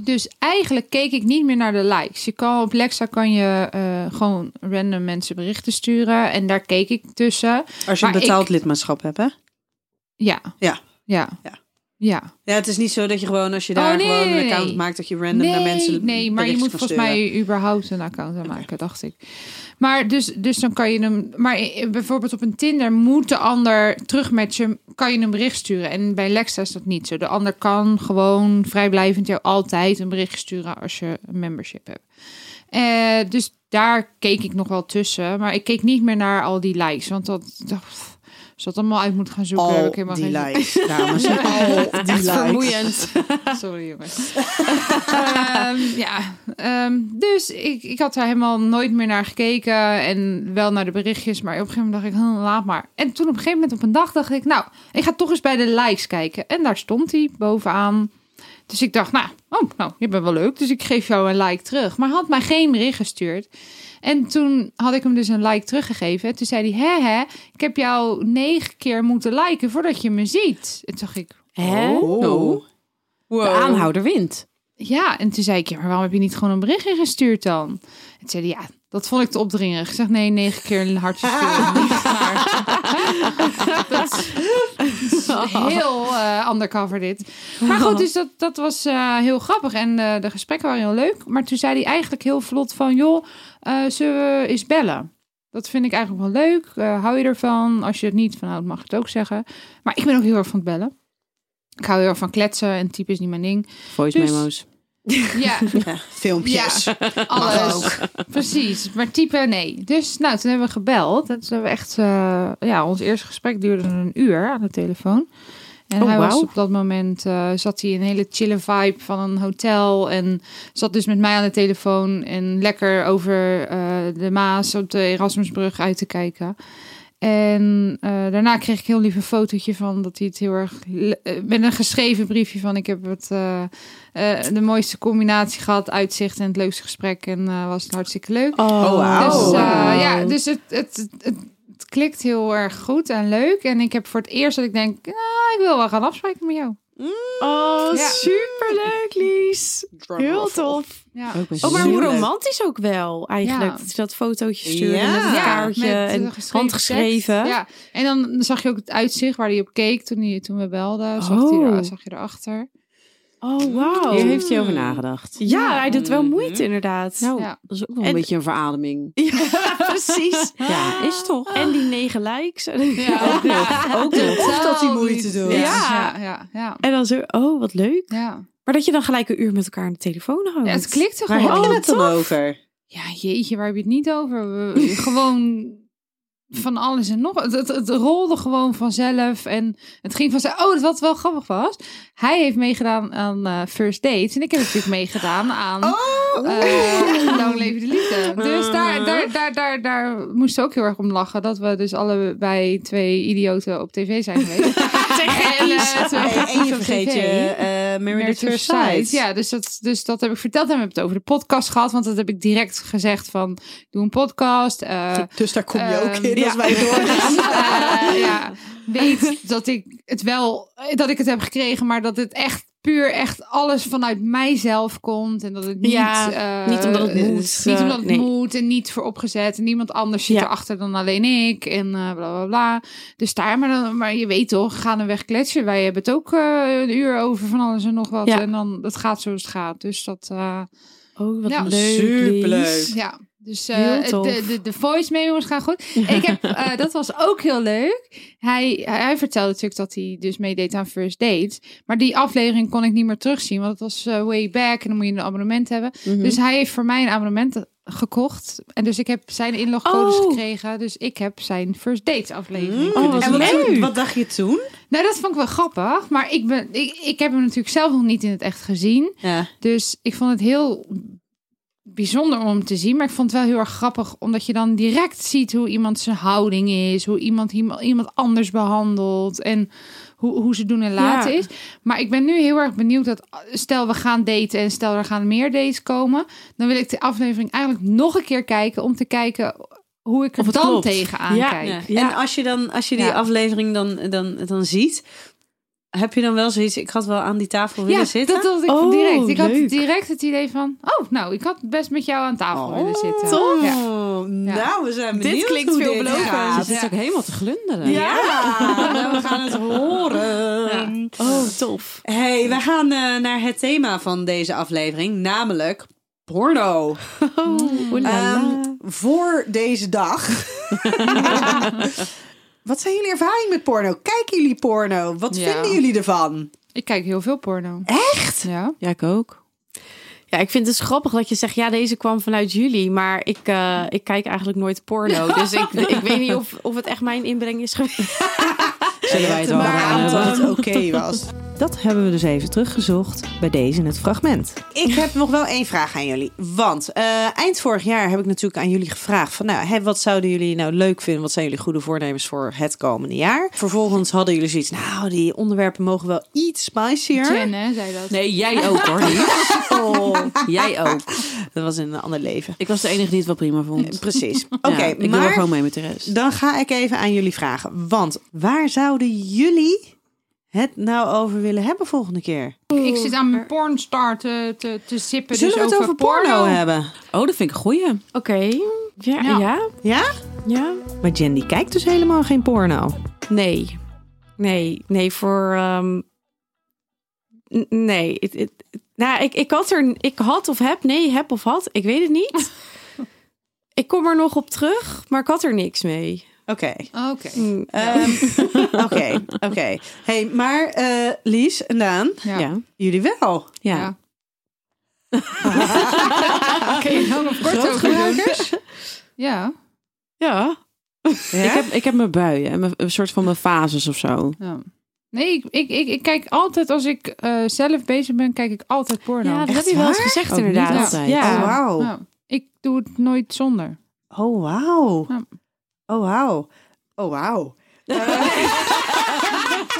[SPEAKER 3] Dus eigenlijk keek ik niet meer naar de likes. Je kan, op Lexa kan je eh, gewoon random mensen berichten sturen. En daar keek ik tussen.
[SPEAKER 4] Als je een
[SPEAKER 3] Maar
[SPEAKER 4] betaald
[SPEAKER 3] ik-
[SPEAKER 4] lidmaatschap hebt, hè?
[SPEAKER 3] Ja.
[SPEAKER 4] Ja.
[SPEAKER 3] Ja.
[SPEAKER 4] Ja.
[SPEAKER 3] Ja.
[SPEAKER 4] Ja, het is niet zo dat je gewoon als je
[SPEAKER 3] Oh,
[SPEAKER 4] daar
[SPEAKER 3] nee,
[SPEAKER 4] gewoon een
[SPEAKER 3] nee,
[SPEAKER 4] account
[SPEAKER 3] nee.
[SPEAKER 4] maakt dat je random naar mensen
[SPEAKER 3] Nee, maar je
[SPEAKER 4] berichtjes
[SPEAKER 3] moet
[SPEAKER 4] kan
[SPEAKER 3] volgens
[SPEAKER 4] sturen.
[SPEAKER 3] mij überhaupt een account aanmaken, dacht ik. Maar dus, dus dan kan je hem. Maar i- bijvoorbeeld op een Tinder moet de ander terugmatchen, kan je een bericht sturen. En bij Lexa is dat niet zo. De ander kan gewoon vrijblijvend jou altijd een bericht sturen als je een membership hebt. Eh, dus daar keek ik nog wel tussen. Maar ik keek niet meer naar al die likes. Want dat. dat als dat allemaal uit moet gaan zoeken, heb ik
[SPEAKER 4] Al
[SPEAKER 3] helemaal
[SPEAKER 4] die
[SPEAKER 3] geen
[SPEAKER 4] likes, dames. (laughs) Al die likes.
[SPEAKER 2] Vermoeiend.
[SPEAKER 3] (laughs) Sorry jongens. Ehm, ja, ehm, dus ik, ik had daar helemaal nooit meer naar gekeken. En wel naar de berichtjes. Maar op een gegeven moment dacht ik, "Hm, laat maar. En toen op een gegeven moment op een dag dacht ik... Nou, ik ga toch eens bij de likes kijken. En daar stond hij bovenaan. Dus ik dacht, nou, oh, nou, je bent wel leuk. Dus ik geef jou een like terug. Maar hij had mij geen bericht gestuurd. En toen had ik hem dus een like teruggegeven. Toen zei hij, hè hè, ik heb jou negen keer moeten liken voordat je me ziet. En toen dacht ik,
[SPEAKER 5] Hè?
[SPEAKER 2] Nou,
[SPEAKER 4] Oh.
[SPEAKER 5] De aanhouder
[SPEAKER 2] (laughs)
[SPEAKER 5] wint.
[SPEAKER 3] ja, en toen zei ik, ja, maar waarom heb je niet gewoon een berichtje gestuurd dan? En toen zei hij, ja, dat vond ik te opdringerig. Ik zeg, nee, negen keer een hartje sturen. niet waar. dat is
[SPEAKER 2] Oh,
[SPEAKER 3] heel eh, undercover dit. Maar goed, dus dat, dat was eh, heel grappig. En eh, de gesprekken waren heel leuk. Maar toen zei hij eigenlijk heel vlot van, joh, eh, zullen we eens bellen? Dat vind ik eigenlijk wel leuk. Eh, hou je ervan? Als je het niet van houdt, mag je het ook zeggen. Maar ik ben ook heel erg van het bellen. Ik hou heel erg van kletsen en type is niet mijn ding.
[SPEAKER 5] Voice
[SPEAKER 3] Dus-
[SPEAKER 5] memo's.
[SPEAKER 3] (laughs) Ja,
[SPEAKER 4] Ja, filmpjes.
[SPEAKER 3] alles. Precies, maar type nee. Dus nou, toen hebben we gebeld. En toen hebben we echt, eh, ja, ons eerste gesprek duurde een uur aan de telefoon. En
[SPEAKER 5] Oh,
[SPEAKER 3] hij was
[SPEAKER 5] wauw.
[SPEAKER 3] op dat moment, eh, zat hij in een hele chille vibe van een hotel. En zat dus met mij aan de telefoon en lekker over eh, de Maas op de Erasmusbrug uit te kijken. En eh, daarna kreeg ik een heel lief een fotootje van dat hij het heel erg... le- eh, met een geschreven briefje van ik heb het... eh, eh, de mooiste combinatie gehad, uitzicht en het leukste gesprek. En eh, was het hartstikke leuk.
[SPEAKER 5] Oh,
[SPEAKER 4] wauw.
[SPEAKER 3] dus eh,
[SPEAKER 5] wauw.
[SPEAKER 3] ja, dus het, het, het, het klikt heel erg goed en leuk. En ik heb voor het eerst dat ik denk, nou, ik wil wel gaan afspreken met jou.
[SPEAKER 2] Oh,
[SPEAKER 3] Ja.
[SPEAKER 2] superleuk, Lies. Heel tof.
[SPEAKER 3] Ja.
[SPEAKER 5] Ik ben
[SPEAKER 2] Oh, maar
[SPEAKER 5] zo-
[SPEAKER 2] hoe
[SPEAKER 4] Superleuk.
[SPEAKER 2] romantisch ook wel, eigenlijk.
[SPEAKER 3] Ja.
[SPEAKER 2] Dat ze dat fotootje stuurde
[SPEAKER 4] Ja.
[SPEAKER 2] met een
[SPEAKER 4] Ja,
[SPEAKER 2] kaartje
[SPEAKER 3] met, eh,
[SPEAKER 2] en
[SPEAKER 3] geschreven
[SPEAKER 2] handgeschreven.
[SPEAKER 3] tekst. Ja, en dan zag je ook het uitzicht waar hij op keek toen, hij, toen we belden. Zag,
[SPEAKER 5] Oh.
[SPEAKER 3] hij er, zag je erachter.
[SPEAKER 2] Oh, wauw.
[SPEAKER 5] Hier heeft hij over nagedacht.
[SPEAKER 2] Ja, hij doet wel moeite inderdaad.
[SPEAKER 5] Nou,
[SPEAKER 3] Ja.
[SPEAKER 5] dat is ook wel een
[SPEAKER 2] En-
[SPEAKER 5] beetje een verademing.
[SPEAKER 2] (laughs) Ja, precies.
[SPEAKER 5] Ja, is toch?
[SPEAKER 2] En die negen likes. (laughs)
[SPEAKER 3] Ja,
[SPEAKER 5] Ook nog.
[SPEAKER 4] Of dat hij moeite doet.
[SPEAKER 3] Ja,
[SPEAKER 2] Ja.
[SPEAKER 3] ja, ja. ja.
[SPEAKER 2] En dan zo, oh, wat leuk.
[SPEAKER 3] ja.
[SPEAKER 2] Maar dat je dan gelijk een uur met elkaar aan de telefoon houdt.
[SPEAKER 3] Ja, het klikte
[SPEAKER 4] Waar
[SPEAKER 3] gewoon.
[SPEAKER 4] heb je het dan over?
[SPEAKER 3] Ja, jeetje, waar heb je het niet over? We-
[SPEAKER 4] (laughs)
[SPEAKER 3] gewoon van alles en nog. Het, het, het rolde gewoon vanzelf. En het ging vanzelf. Oh, wat wel grappig was. Hij heeft meegedaan aan eh, First Dates. En ik heb natuurlijk meegedaan aan...
[SPEAKER 4] Oh.
[SPEAKER 3] eh, Lang leven de liefde. Dus
[SPEAKER 4] Uh-huh.
[SPEAKER 3] daar, daar, daar, daar, daar moest ze ook heel erg om lachen. Dat we dus allebei twee idioten op tv zijn
[SPEAKER 4] (laughs)
[SPEAKER 3] geweest. (laughs) en, eh, twee
[SPEAKER 4] Hey, en
[SPEAKER 3] gekies
[SPEAKER 4] je
[SPEAKER 3] op
[SPEAKER 4] vergeet
[SPEAKER 3] tv.
[SPEAKER 4] je eh Married at
[SPEAKER 3] Married
[SPEAKER 4] First
[SPEAKER 3] at First
[SPEAKER 4] Sight.
[SPEAKER 3] Sight. Ja, dus dat, dus dat heb ik verteld. En we hebben het over de podcast gehad. Want dat heb ik direct gezegd van... ik Doe een podcast. eh,
[SPEAKER 4] Dus daar kom je ook
[SPEAKER 3] Ehm,
[SPEAKER 4] in als (laughs) wij doorgaan.
[SPEAKER 3] (laughs) eh, ja, weet dat ik het wel... Dat ik het heb gekregen, maar dat het echt puur echt alles vanuit mijzelf komt. En dat het niet...
[SPEAKER 2] Ja,
[SPEAKER 3] eh,
[SPEAKER 2] niet omdat het
[SPEAKER 3] eh,
[SPEAKER 2] moet,
[SPEAKER 3] Niet
[SPEAKER 2] eh,
[SPEAKER 3] omdat het
[SPEAKER 2] nee.
[SPEAKER 3] moet en niet vooropgezet. En niemand anders zit
[SPEAKER 2] Ja.
[SPEAKER 3] erachter dan alleen ik. En eh, bla, bla, bla. Dus daar, maar, dan, maar je weet toch, gaan een weg kletsen. Wij hebben het ook eh, een uur over van alles en nog wat.
[SPEAKER 2] Ja.
[SPEAKER 3] En dan, het gaat zoals het gaat. Dus dat... eh,
[SPEAKER 2] Oh, wat
[SPEAKER 3] Ja.
[SPEAKER 2] leuk.
[SPEAKER 5] Superleuk.
[SPEAKER 2] Lies.
[SPEAKER 3] ja, dus eh,
[SPEAKER 2] Heel tof.
[SPEAKER 3] de, de, de voice memo's gaan goed. Ik heb, eh, dat was ook heel leuk. Hij, hij vertelde natuurlijk dat hij dus meedeed aan First Dates. Maar die aflevering kon ik niet meer terugzien, want het was eh, way back en dan moet je een abonnement hebben.
[SPEAKER 5] Mhm.
[SPEAKER 3] Dus hij heeft voor mij een abonnement gekocht. En dus ik heb zijn inlogcodes
[SPEAKER 5] Oh.
[SPEAKER 3] gekregen. Dus ik heb zijn First Dates
[SPEAKER 2] Mhm.
[SPEAKER 3] aflevering.
[SPEAKER 5] Oh, wat
[SPEAKER 4] en wat,
[SPEAKER 5] leuk.
[SPEAKER 4] toen- wat dacht je toen?
[SPEAKER 3] Nou, dat vond ik wel grappig. Maar ik, ben, ik, ik heb hem natuurlijk zelf nog niet in het echt gezien.
[SPEAKER 4] Ja.
[SPEAKER 3] Dus ik vond het heel bijzonder om hem te zien. Maar ik vond het wel heel erg grappig. Omdat je dan direct ziet hoe iemand zijn houding is. Hoe iemand iemand iemand anders behandelt. En hoe, hoe ze doen en laten
[SPEAKER 5] Ja.
[SPEAKER 3] is. Maar ik ben nu heel erg benieuwd dat... Stel we gaan daten en stel er gaan meer dates komen. Dan wil ik de aflevering eigenlijk nog een keer kijken. Om te kijken hoe ik er
[SPEAKER 5] Of het
[SPEAKER 3] dan
[SPEAKER 5] klopt.
[SPEAKER 3] tegenaan
[SPEAKER 5] Ja,
[SPEAKER 3] kijk.
[SPEAKER 5] ja.
[SPEAKER 4] En als je, dan, als je die
[SPEAKER 3] Ja.
[SPEAKER 4] aflevering dan, dan, dan ziet, heb je dan wel zoiets, ik had wel aan die tafel willen
[SPEAKER 3] Ja,
[SPEAKER 4] zitten?
[SPEAKER 3] dat had ik
[SPEAKER 5] Oh,
[SPEAKER 3] direct. Ik
[SPEAKER 5] leuk.
[SPEAKER 3] had direct het idee van... Oh, nou, ik had best met jou aan tafel willen zitten.
[SPEAKER 4] Oh,
[SPEAKER 3] Ja.
[SPEAKER 4] Nou, we zijn benieuwd
[SPEAKER 5] Dit klinkt
[SPEAKER 4] hoe dit
[SPEAKER 5] veelbelovend.
[SPEAKER 4] gaat.
[SPEAKER 3] dus
[SPEAKER 5] Het is ook helemaal te glunderen.
[SPEAKER 3] eh,
[SPEAKER 4] Ja, nou, we gaan het horen.
[SPEAKER 5] Oh, tof.
[SPEAKER 4] Hey, we gaan eh, naar het thema van deze aflevering, namelijk porno. Ehm, voor deze
[SPEAKER 3] (laughs)
[SPEAKER 4] dag. (laughs) Wat zijn jullie ervaring met porno? Kijken jullie porno? Wat
[SPEAKER 3] Ja.
[SPEAKER 4] vinden jullie ervan?
[SPEAKER 3] Ik kijk heel veel porno.
[SPEAKER 4] Echt?
[SPEAKER 3] Ja.
[SPEAKER 5] Ja, ik ook.
[SPEAKER 2] Ja, ik vind het dus grappig dat je zegt, ja, deze kwam vanuit jullie. Maar ik, eh, ik kijk eigenlijk nooit porno. Dus ik, ik weet niet of, of het echt mijn inbreng is geweest.
[SPEAKER 4] Zullen wij het wel
[SPEAKER 2] Maar
[SPEAKER 4] aan
[SPEAKER 2] Anton.
[SPEAKER 4] dat het oké (laughs) was?
[SPEAKER 1] Dat hebben we dus even teruggezocht bij deze in het fragment.
[SPEAKER 4] Ik heb nog wel één vraag aan jullie. Want eh, eind vorig jaar heb ik natuurlijk aan jullie gevraagd: van nou, hè, wat zouden jullie nou leuk vinden? Wat zijn jullie goede voornemens voor het komende jaar? Vervolgens hadden jullie zoiets, nou, die onderwerpen mogen wel iets spicier.
[SPEAKER 3] Jen, hè, zei dat.
[SPEAKER 5] Nee, jij ook hoor. (laughs) Lies. Oh, jij ook.
[SPEAKER 4] (laughs) Dat was in een ander leven.
[SPEAKER 5] Ik was de enige die het wel prima vond.
[SPEAKER 4] Precies. Oké,
[SPEAKER 5] Ja, ik doe wel
[SPEAKER 4] maar
[SPEAKER 5] gewoon mee met de rest.
[SPEAKER 4] dan ga ik even aan jullie vragen. Want waar zouden jullie het nou over willen hebben volgende keer?
[SPEAKER 3] Ik zit aan mijn pornstar te, te, te zippen.
[SPEAKER 4] Zullen
[SPEAKER 3] dus
[SPEAKER 4] we het over porno, hebben?
[SPEAKER 5] Oh, dat vind ik een goeie.
[SPEAKER 2] Oké. Ja,
[SPEAKER 3] Ja.
[SPEAKER 2] ja. ja,
[SPEAKER 4] Ja?
[SPEAKER 1] Maar Jen die kijkt dus helemaal geen porno.
[SPEAKER 2] Nee. Nee, nee, voor... ehm, n- Nee. Het- het- nou, ik, ik had er... Ik had of heb... Nee, heb of had. Ik weet het
[SPEAKER 1] (laughs)
[SPEAKER 2] niet. ik kom er nog op terug, maar ik had er niks mee.
[SPEAKER 4] Oké.
[SPEAKER 3] Oh, Oké.
[SPEAKER 1] Hm,
[SPEAKER 2] Mm,
[SPEAKER 1] eh,
[SPEAKER 4] Ehm,
[SPEAKER 5] (laughs)
[SPEAKER 4] Oké, oké. Hey, maar eh, Lies en Daan,
[SPEAKER 3] Ja.
[SPEAKER 5] Ja.
[SPEAKER 4] jullie wel.
[SPEAKER 5] Ja.
[SPEAKER 3] Ja.
[SPEAKER 4] (laughs)
[SPEAKER 3] Oké, lang of kort over doen. (laughs) Ja.
[SPEAKER 5] Ja. Ik,
[SPEAKER 4] Ja?
[SPEAKER 5] heb, ik heb mijn buien en mijn, een soort van mijn fases of zo.
[SPEAKER 3] ja. Nee, ik, ik, ik, ik kijk altijd als ik eh, zelf bezig ben, kijk ik altijd porno.
[SPEAKER 2] ja, dat
[SPEAKER 4] Echt
[SPEAKER 2] heb je wel eens
[SPEAKER 4] waar?
[SPEAKER 2] gezegd
[SPEAKER 5] Oh, niet
[SPEAKER 2] inderdaad.
[SPEAKER 5] altijd.
[SPEAKER 2] Ja.
[SPEAKER 4] Oh, wauw.
[SPEAKER 3] Ja. Ik doe het nooit zonder.
[SPEAKER 4] Oh, wauw.
[SPEAKER 3] Ja.
[SPEAKER 4] Oh, wauw. Oh, wauw.
[SPEAKER 5] (laughs)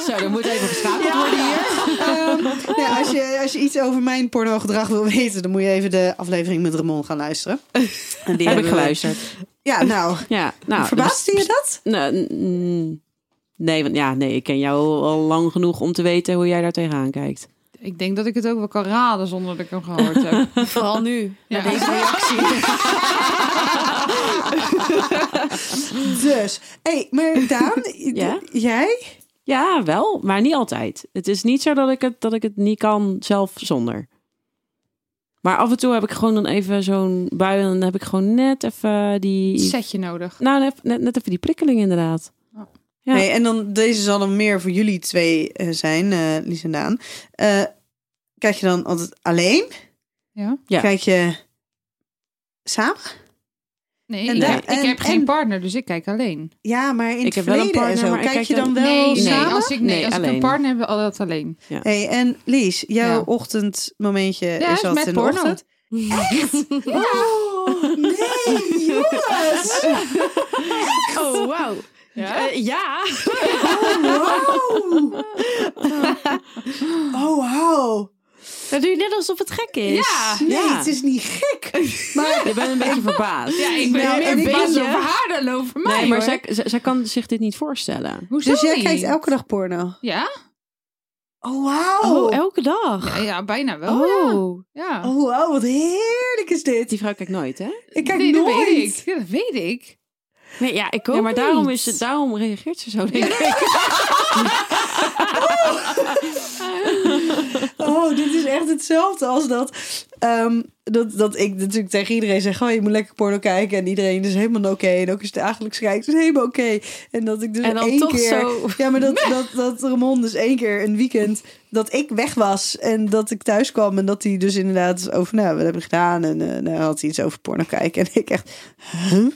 [SPEAKER 5] Zo, dan moet even geschakeld worden hier.
[SPEAKER 4] Ehm, nou, als, je, als je iets over mijn pornogedrag wil weten, dan moet je even de aflevering met Ramon gaan luisteren. En die
[SPEAKER 5] Heb
[SPEAKER 4] hebben
[SPEAKER 5] ik
[SPEAKER 4] we-
[SPEAKER 5] geluisterd.
[SPEAKER 4] Ja, nou.
[SPEAKER 5] Ja, nou.
[SPEAKER 4] Verbaasde je dat?
[SPEAKER 5] Nou, mm, nee, want ja, nee, ik ken jou al lang genoeg om te weten hoe jij daar tegenaan kijkt.
[SPEAKER 3] Ik denk dat ik het ook wel kan raden zonder dat ik hem gehoord heb.
[SPEAKER 4] (laughs)
[SPEAKER 2] Vooral nu.
[SPEAKER 3] Ja.
[SPEAKER 2] Na deze reactie.
[SPEAKER 4] Dus, hé, hey, maar Daan,
[SPEAKER 5] (laughs) Ja?
[SPEAKER 4] d- jij?
[SPEAKER 5] Ja, wel, maar niet altijd. Het is niet zo dat ik het, dat ik het niet kan zelf zonder. Maar af en toe heb ik gewoon dan even zo'n bui en dan heb ik gewoon net even
[SPEAKER 3] (laughs)
[SPEAKER 5] die...
[SPEAKER 3] Setje nodig.
[SPEAKER 5] Nou, net, net, net even die prikkeling inderdaad. Ja.
[SPEAKER 4] Nee, en dan deze zal dan meer voor jullie twee eh, zijn, eh Lies en Daan. Eh, kijk je dan altijd alleen?
[SPEAKER 3] Ja.
[SPEAKER 5] Ja.
[SPEAKER 4] Kijk je samen?
[SPEAKER 3] Nee,
[SPEAKER 4] En
[SPEAKER 3] ik,
[SPEAKER 4] daar-
[SPEAKER 3] heb- ik
[SPEAKER 4] en-
[SPEAKER 3] heb geen
[SPEAKER 4] en-
[SPEAKER 3] partner, dus ik kijk alleen.
[SPEAKER 4] Ja, maar in het
[SPEAKER 5] Ik heb wel een
[SPEAKER 4] verleden en
[SPEAKER 5] partner,
[SPEAKER 4] zo.
[SPEAKER 5] maar ik
[SPEAKER 4] Kijk,
[SPEAKER 5] kijk
[SPEAKER 4] je dan
[SPEAKER 5] dan-
[SPEAKER 4] wel
[SPEAKER 3] Nee, nee,
[SPEAKER 4] samen?
[SPEAKER 3] als ik, nee,
[SPEAKER 5] Nee,
[SPEAKER 3] als ik een
[SPEAKER 5] alleen.
[SPEAKER 3] partner heb, al dat alleen.
[SPEAKER 4] Hey, en Lies, jouw
[SPEAKER 3] Ja.
[SPEAKER 4] ochtendmomentje
[SPEAKER 3] Ja,
[SPEAKER 4] is
[SPEAKER 3] is
[SPEAKER 4] altijd
[SPEAKER 3] met
[SPEAKER 4] in de
[SPEAKER 3] porno.
[SPEAKER 4] ochtend. Echt? Oh, nee, jongens.
[SPEAKER 2] Oh, wauw.
[SPEAKER 3] Ja?
[SPEAKER 2] Eh, (laughs) ja.
[SPEAKER 4] Oh, Wow. Oh, wow.
[SPEAKER 2] Dat doe je net alsof het gek is.
[SPEAKER 3] Ja.
[SPEAKER 4] Nee,
[SPEAKER 5] Ja.
[SPEAKER 4] het is niet gek.
[SPEAKER 5] Maar... Je bent een beetje verbaasd.
[SPEAKER 3] Ja, ik ben
[SPEAKER 4] Nou, en
[SPEAKER 3] meer
[SPEAKER 4] ik
[SPEAKER 3] baas
[SPEAKER 4] ben-
[SPEAKER 3] over haar dan over mij.
[SPEAKER 5] Nee, maar
[SPEAKER 3] hoor.
[SPEAKER 5] zij, zij, zij kan zich dit niet voorstellen.
[SPEAKER 3] Hoezo
[SPEAKER 4] Dus jij
[SPEAKER 3] niet?
[SPEAKER 4] kijkt elke dag porno?
[SPEAKER 3] Ja?
[SPEAKER 4] Oh, wauw.
[SPEAKER 2] Oh,
[SPEAKER 4] Oh,
[SPEAKER 2] elke dag.
[SPEAKER 3] Ja, ja, bijna wel. ja.
[SPEAKER 2] Oh,
[SPEAKER 3] Ja.
[SPEAKER 4] wauw, wat heerlijk is dit.
[SPEAKER 5] Die vrouw kijkt nooit, hè?
[SPEAKER 4] Ik kijk
[SPEAKER 3] Nee, dat
[SPEAKER 4] nooit.
[SPEAKER 3] weet ik. Ja, dat weet ik.
[SPEAKER 2] nee, ja, ik ook
[SPEAKER 5] Ja, maar daarom,
[SPEAKER 2] niet.
[SPEAKER 5] is het, daarom reageert ze zo, denk ik.
[SPEAKER 4] Oh, dit is echt hetzelfde als dat, ehm, dat, dat ik natuurlijk tegen iedereen zeg... Oh, je moet lekker porno kijken. En iedereen is helemaal oké. En ook als je dagelijks kijkt, is helemaal oké. En dat ik dus
[SPEAKER 2] En dan
[SPEAKER 4] één
[SPEAKER 2] toch
[SPEAKER 4] keer...
[SPEAKER 2] zo.
[SPEAKER 4] Ja, maar dat, dat, dat Ramon dus één keer een weekend dat ik weg was en dat ik thuis kwam en dat hij dus inderdaad over, nou, wat heb ik gedaan? En eh nou, had hij iets over porno kijken. En ik echt, huh?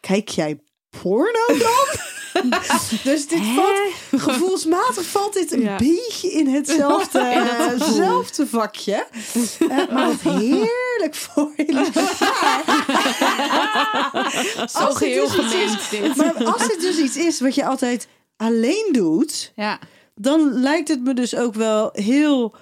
[SPEAKER 4] Kijk jij
[SPEAKER 2] (laughs)
[SPEAKER 4] porno dan? dus dit valt, (laughs) gevoelsmatig valt dit een
[SPEAKER 2] Ja.
[SPEAKER 4] beetje in
[SPEAKER 3] (laughs)
[SPEAKER 4] hetzelfde, hetzelfde vakje. Eh, maar wat heerlijk voor
[SPEAKER 3] (laughs)
[SPEAKER 4] je.
[SPEAKER 3] Zo
[SPEAKER 4] dit
[SPEAKER 3] geheel
[SPEAKER 4] dus iets is-
[SPEAKER 3] gemengd dit.
[SPEAKER 4] Maar als het dus iets is wat je altijd alleen doet
[SPEAKER 3] Ja.
[SPEAKER 4] dan lijkt het me dus ook wel heel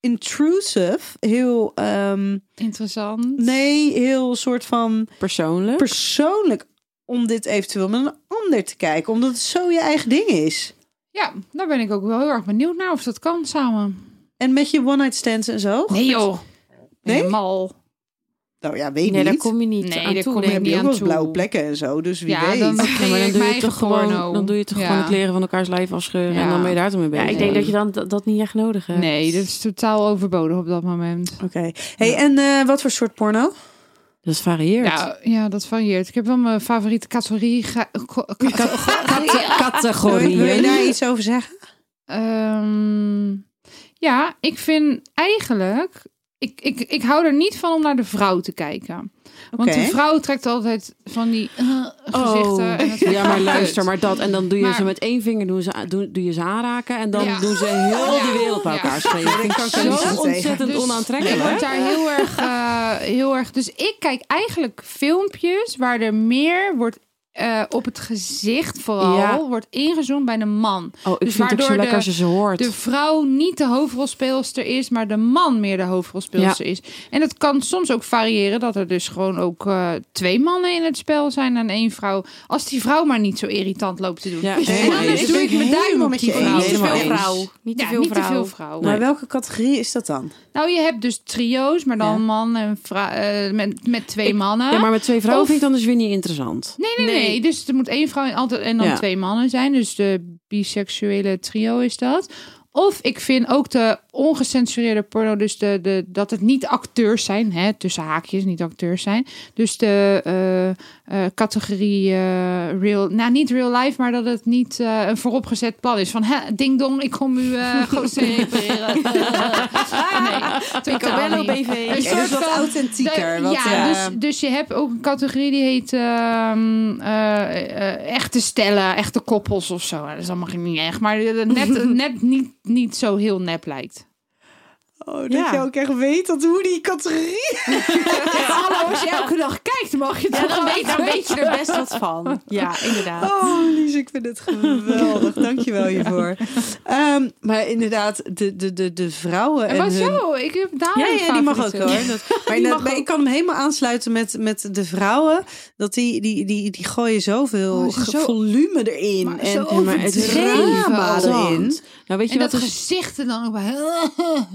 [SPEAKER 4] intrusive, heel ehm,
[SPEAKER 3] Interessant.
[SPEAKER 4] nee, heel soort van
[SPEAKER 5] Persoonlijk.
[SPEAKER 4] persoonlijk om dit eventueel met een ander te kijken, omdat het zo je eigen ding is.
[SPEAKER 3] Ja, daar ben ik ook wel heel erg benieuwd naar of dat kan samen.
[SPEAKER 4] En met je one night stands en zo.
[SPEAKER 3] Nee joh.
[SPEAKER 4] Nee?
[SPEAKER 3] Helemaal.
[SPEAKER 4] Nou ja, weet
[SPEAKER 2] Nee, daar
[SPEAKER 4] niet.
[SPEAKER 2] kom je niet
[SPEAKER 3] Nee,
[SPEAKER 2] aan
[SPEAKER 3] daar
[SPEAKER 2] toe.
[SPEAKER 3] kom
[SPEAKER 4] Dan
[SPEAKER 3] ik
[SPEAKER 4] heb
[SPEAKER 3] niet
[SPEAKER 4] je ook
[SPEAKER 3] aan
[SPEAKER 4] wel eens
[SPEAKER 3] toe.
[SPEAKER 4] blauwe plekken en zo, dus wie
[SPEAKER 3] Ja,
[SPEAKER 4] weet.
[SPEAKER 3] dan-
[SPEAKER 5] Ja, maar dan
[SPEAKER 3] creëer
[SPEAKER 5] doe,
[SPEAKER 3] ik
[SPEAKER 5] je toch
[SPEAKER 3] mijn eigen
[SPEAKER 5] gewoon,
[SPEAKER 3] porno.
[SPEAKER 5] dan doe je toch
[SPEAKER 3] Ja.
[SPEAKER 5] gewoon het leren van elkaars lijf afscheuren en
[SPEAKER 3] Ja.
[SPEAKER 5] dan ben je eh, daar dan mee
[SPEAKER 2] Ja,
[SPEAKER 5] bezig.
[SPEAKER 2] ik denk dat je dan dat, dat niet echt nodig hebt.
[SPEAKER 3] Nee, dus dat is totaal overbodig op dat moment.
[SPEAKER 4] Oké. Hey, en eh, wat voor soort porno?
[SPEAKER 5] Dat varieert.
[SPEAKER 3] Ja, ja, dat varieert. Ik heb wel mijn favoriete categorie. Ga, ko- ka-
[SPEAKER 5] Cate-
[SPEAKER 4] Wil je-
[SPEAKER 5] categorieën.
[SPEAKER 4] wil je daar iets over zeggen?
[SPEAKER 3] Ehm, ja, ik vind eigenlijk. Ik, ik, ik hou er niet van om naar de vrouw te kijken. Want
[SPEAKER 4] Oké.
[SPEAKER 3] de vrouw trekt altijd van die eh, gezichten. en
[SPEAKER 5] (laughs)
[SPEAKER 3] dat vind ik
[SPEAKER 5] Oh. Ja, maar
[SPEAKER 3] kut.
[SPEAKER 5] luister, maar dat. En dan doe je
[SPEAKER 3] Maar-
[SPEAKER 5] ze met één vinger doen ze, doe, doe je ze aanraken. En dan
[SPEAKER 3] Ja.
[SPEAKER 5] doen ze heel
[SPEAKER 3] Ja.
[SPEAKER 5] de wereld bij elkaar
[SPEAKER 3] Ja.
[SPEAKER 5] schreeuwen. Vind ik
[SPEAKER 4] kan ik
[SPEAKER 5] zo
[SPEAKER 4] er niet zo tegen.
[SPEAKER 5] ontzettend
[SPEAKER 3] Dus Ik word
[SPEAKER 5] onaantrekkelijk.
[SPEAKER 3] daar heel erg, eh, heel erg. Dus ik kijk eigenlijk filmpjes waar er meer wordt. eh, op het gezicht vooral
[SPEAKER 5] Ja.
[SPEAKER 3] wordt ingezoomd bij de man.
[SPEAKER 5] Oh, ik
[SPEAKER 3] Dus
[SPEAKER 5] vind het ook zo
[SPEAKER 3] waardoor
[SPEAKER 5] lekker
[SPEAKER 3] de-
[SPEAKER 5] als je ze hoort.
[SPEAKER 3] de vrouw niet de hoofdrolspeelster is, maar de man meer de hoofdrolspeelster is. En dat kan soms ook variëren dat er dus gewoon ook eh, twee mannen in het spel zijn en één vrouw. Als die vrouw maar niet zo irritant loopt te doen.
[SPEAKER 5] Ja,
[SPEAKER 3] en
[SPEAKER 5] helemaal
[SPEAKER 3] anders
[SPEAKER 5] eens.
[SPEAKER 3] doe ik
[SPEAKER 4] Ben ik
[SPEAKER 3] mijn duim
[SPEAKER 4] helemaal
[SPEAKER 3] op
[SPEAKER 4] met
[SPEAKER 3] die
[SPEAKER 4] je eens.
[SPEAKER 3] vrouw.
[SPEAKER 5] Niet te veel
[SPEAKER 3] Helemaal eens.
[SPEAKER 2] vrouw. Niet te
[SPEAKER 3] Ja,
[SPEAKER 2] veel
[SPEAKER 3] niet te
[SPEAKER 2] vrouw.
[SPEAKER 3] veel vrouwen.
[SPEAKER 4] Maar welke categorie is dat dan?
[SPEAKER 3] Nou, je hebt dus trio's, maar dan man en vrouw eh, met, met twee mannen.
[SPEAKER 5] Ja, maar met twee vrouwen
[SPEAKER 3] Of-
[SPEAKER 5] vind ik dan dus weer niet interessant.
[SPEAKER 3] Nee, nee, nee, Dus er moet één vrouw en, altijd, en dan
[SPEAKER 5] Ja.
[SPEAKER 3] twee mannen zijn. Dus de biseksuele trio is dat. Of ik vind ook de ongecensureerde porno, dus de, de, dat het niet acteurs zijn, hè, tussen haakjes, niet acteurs zijn. Dus de eh, eh, categorie eh, real, nou niet real life, maar dat het niet eh, een vooropgezet plan is. Van hè, ding dong, ik kom u eh gozer (laughs) repareren. nee, totaal
[SPEAKER 2] (laughs) Picobello
[SPEAKER 3] niet.
[SPEAKER 2] BV.
[SPEAKER 3] Een
[SPEAKER 4] Ja, dus
[SPEAKER 3] soort
[SPEAKER 4] wat
[SPEAKER 3] van
[SPEAKER 4] authentieker.
[SPEAKER 3] de-
[SPEAKER 4] wat, eh,
[SPEAKER 3] ja, dus, dus je hebt ook een categorie die heet ehm, eh, eh, echte stellen, echte koppels of zo. Dat is allemaal niet echt, maar eh, (laughs) net, net niet, niet zo heel nep lijkt.
[SPEAKER 4] Oh, dat
[SPEAKER 2] Ja.
[SPEAKER 4] je ook echt weet dat hoe die categorie...
[SPEAKER 3] Hallo, als je elke dag kijkt, mag je
[SPEAKER 2] Ja, dan weet, dan weet je er best wat van.
[SPEAKER 3] (laughs)
[SPEAKER 2] Ja, inderdaad.
[SPEAKER 4] Oh, Lies, ik vind het geweldig. Dankjewel
[SPEAKER 3] (laughs)
[SPEAKER 4] hiervoor. Ehm, maar inderdaad, de, de, de, de vrouwen... En
[SPEAKER 3] Maar
[SPEAKER 4] hun-
[SPEAKER 3] zo, ik heb daar
[SPEAKER 4] Ja,
[SPEAKER 3] een
[SPEAKER 4] ja, die mag ook
[SPEAKER 3] favoriete.
[SPEAKER 4] hoor. Dat, (laughs) maar inderdaad, maar ik kan hem helemaal aansluiten met, met de vrouwen. Dat die, die, die, die gooien zoveel
[SPEAKER 3] Oh, ze
[SPEAKER 4] ge-
[SPEAKER 3] zo-
[SPEAKER 4] volume erin.
[SPEAKER 3] maar
[SPEAKER 4] en
[SPEAKER 3] zo
[SPEAKER 5] Ja, maar het
[SPEAKER 3] overdreven
[SPEAKER 4] drama
[SPEAKER 3] ook.
[SPEAKER 4] erin.
[SPEAKER 5] Nou, weet je
[SPEAKER 3] En
[SPEAKER 5] wat
[SPEAKER 3] dat
[SPEAKER 5] is-
[SPEAKER 3] gezicht er dan ook bij.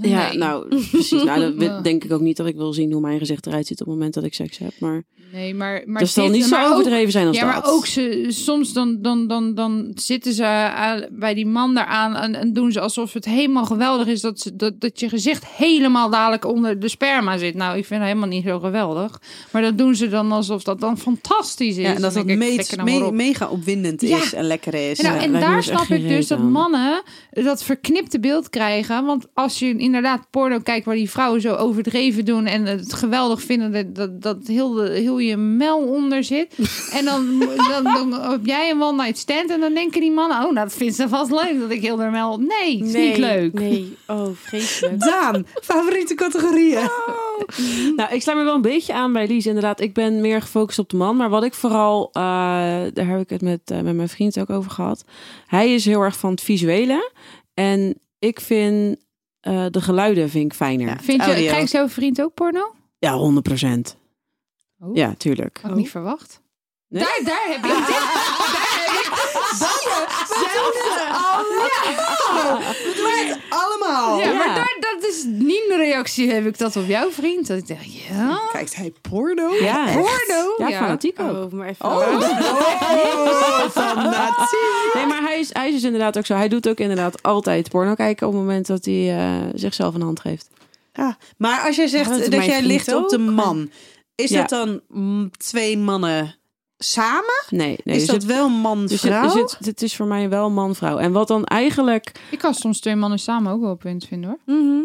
[SPEAKER 3] (laughs)
[SPEAKER 5] Ja,
[SPEAKER 3] Nee.
[SPEAKER 5] nou, precies.
[SPEAKER 3] (laughs)
[SPEAKER 5] Nou, dat
[SPEAKER 3] Ja.
[SPEAKER 5] denk ik ook niet dat ik wil zien hoe mijn gezicht eruit ziet op het moment dat ik seks heb. Maar,
[SPEAKER 3] Nee, maar, maar
[SPEAKER 5] dat zal
[SPEAKER 3] dit-
[SPEAKER 5] niet zo
[SPEAKER 3] maar ook-
[SPEAKER 5] overdreven zijn als
[SPEAKER 3] Ja, maar
[SPEAKER 5] dat.
[SPEAKER 3] ook ze, soms dan, dan, dan, dan zitten ze aan- bij die man daar aan en, en doen ze alsof het helemaal geweldig is dat, ze, dat, dat je gezicht helemaal dadelijk onder de sperma zit. Nou, ik vind dat helemaal niet zo geweldig. Maar dat doen ze dan alsof dat dan fantastisch is.
[SPEAKER 4] Ja, en dat dat
[SPEAKER 3] Dan denk ik,
[SPEAKER 4] meet-
[SPEAKER 3] flikker nou maar
[SPEAKER 4] me-
[SPEAKER 3] op.
[SPEAKER 4] mega opwindend
[SPEAKER 3] Ja.
[SPEAKER 4] is en lekker is.
[SPEAKER 3] En, nou,
[SPEAKER 5] Ja,
[SPEAKER 3] en
[SPEAKER 5] lijkt me
[SPEAKER 3] daar
[SPEAKER 5] dus echt
[SPEAKER 3] snap
[SPEAKER 5] geen
[SPEAKER 3] ik dus
[SPEAKER 5] reet
[SPEAKER 3] dat
[SPEAKER 5] aan.
[SPEAKER 3] mannen dat verknipte beeld krijgen. Want als je inderdaad porno kijkt waar die vrouwen zo overdreven doen en het geweldig vinden dat, dat, dat heel, de- heel je mel onder
[SPEAKER 5] (laughs)
[SPEAKER 3] zit. En dan, dan, dan heb jij een one night stand en dan denken die mannen, oh nou dat vindt ze vast leuk dat ik heel de mel... Nee, het is niet leuk.
[SPEAKER 2] Nee, oh, vreselijk.
[SPEAKER 4] Daan, favoriete categorieën.
[SPEAKER 5] Nou, ik sluit me wel een beetje aan bij Lies. Inderdaad, ik ben meer gefocust op de man. Maar wat ik vooral, eh, daar heb ik het met, eh, met mijn vriend ook over gehad. Hij is heel erg van het visuele. En ik vind eh, de geluiden vind ik fijner. Ja,
[SPEAKER 3] Vind je,
[SPEAKER 4] Audio.
[SPEAKER 3] krijgt jouw vriend ook porno?
[SPEAKER 5] 100%.
[SPEAKER 3] Oh.
[SPEAKER 5] Ja, tuurlijk.
[SPEAKER 3] Had ik niet verwacht.
[SPEAKER 5] Oh. Nee? Ah,
[SPEAKER 3] Daar, daar heb ik dit.
[SPEAKER 4] Allemaal.
[SPEAKER 3] Ja,
[SPEAKER 5] Ja.
[SPEAKER 3] maar daar, dat is niet mijn reactie. Heb ik dat op jouw vriend? Dat ik dacht, ja.
[SPEAKER 4] Kijkt hij porno?
[SPEAKER 5] Ja, echt.
[SPEAKER 3] Porno?
[SPEAKER 5] Ja,
[SPEAKER 3] Ja.
[SPEAKER 5] fanatiek ook.
[SPEAKER 2] Oh, maar even.
[SPEAKER 4] Oh, fanatiek.
[SPEAKER 5] Nee, maar hij is, hij is dus inderdaad ook zo. Hij doet ook inderdaad altijd porno kijken op het moment dat hij eh, zichzelf een hand geeft.
[SPEAKER 4] Ja, maar als jij zegt
[SPEAKER 5] Ja, dat is
[SPEAKER 4] dat
[SPEAKER 5] mijn
[SPEAKER 4] jij
[SPEAKER 5] vriend
[SPEAKER 4] ligt op de
[SPEAKER 5] ook.
[SPEAKER 4] man, is
[SPEAKER 5] Ja.
[SPEAKER 4] dat dan mm, twee mannen samen?
[SPEAKER 5] Nee, nee.
[SPEAKER 4] is
[SPEAKER 5] dus
[SPEAKER 4] dat wel
[SPEAKER 5] dus het-
[SPEAKER 4] man-vrouw?
[SPEAKER 5] dus het, het is voor mij wel man-vrouw. En wat dan eigenlijk...
[SPEAKER 3] Ik kan soms twee mannen samen ook wel punt vinden hoor.
[SPEAKER 2] Mhm.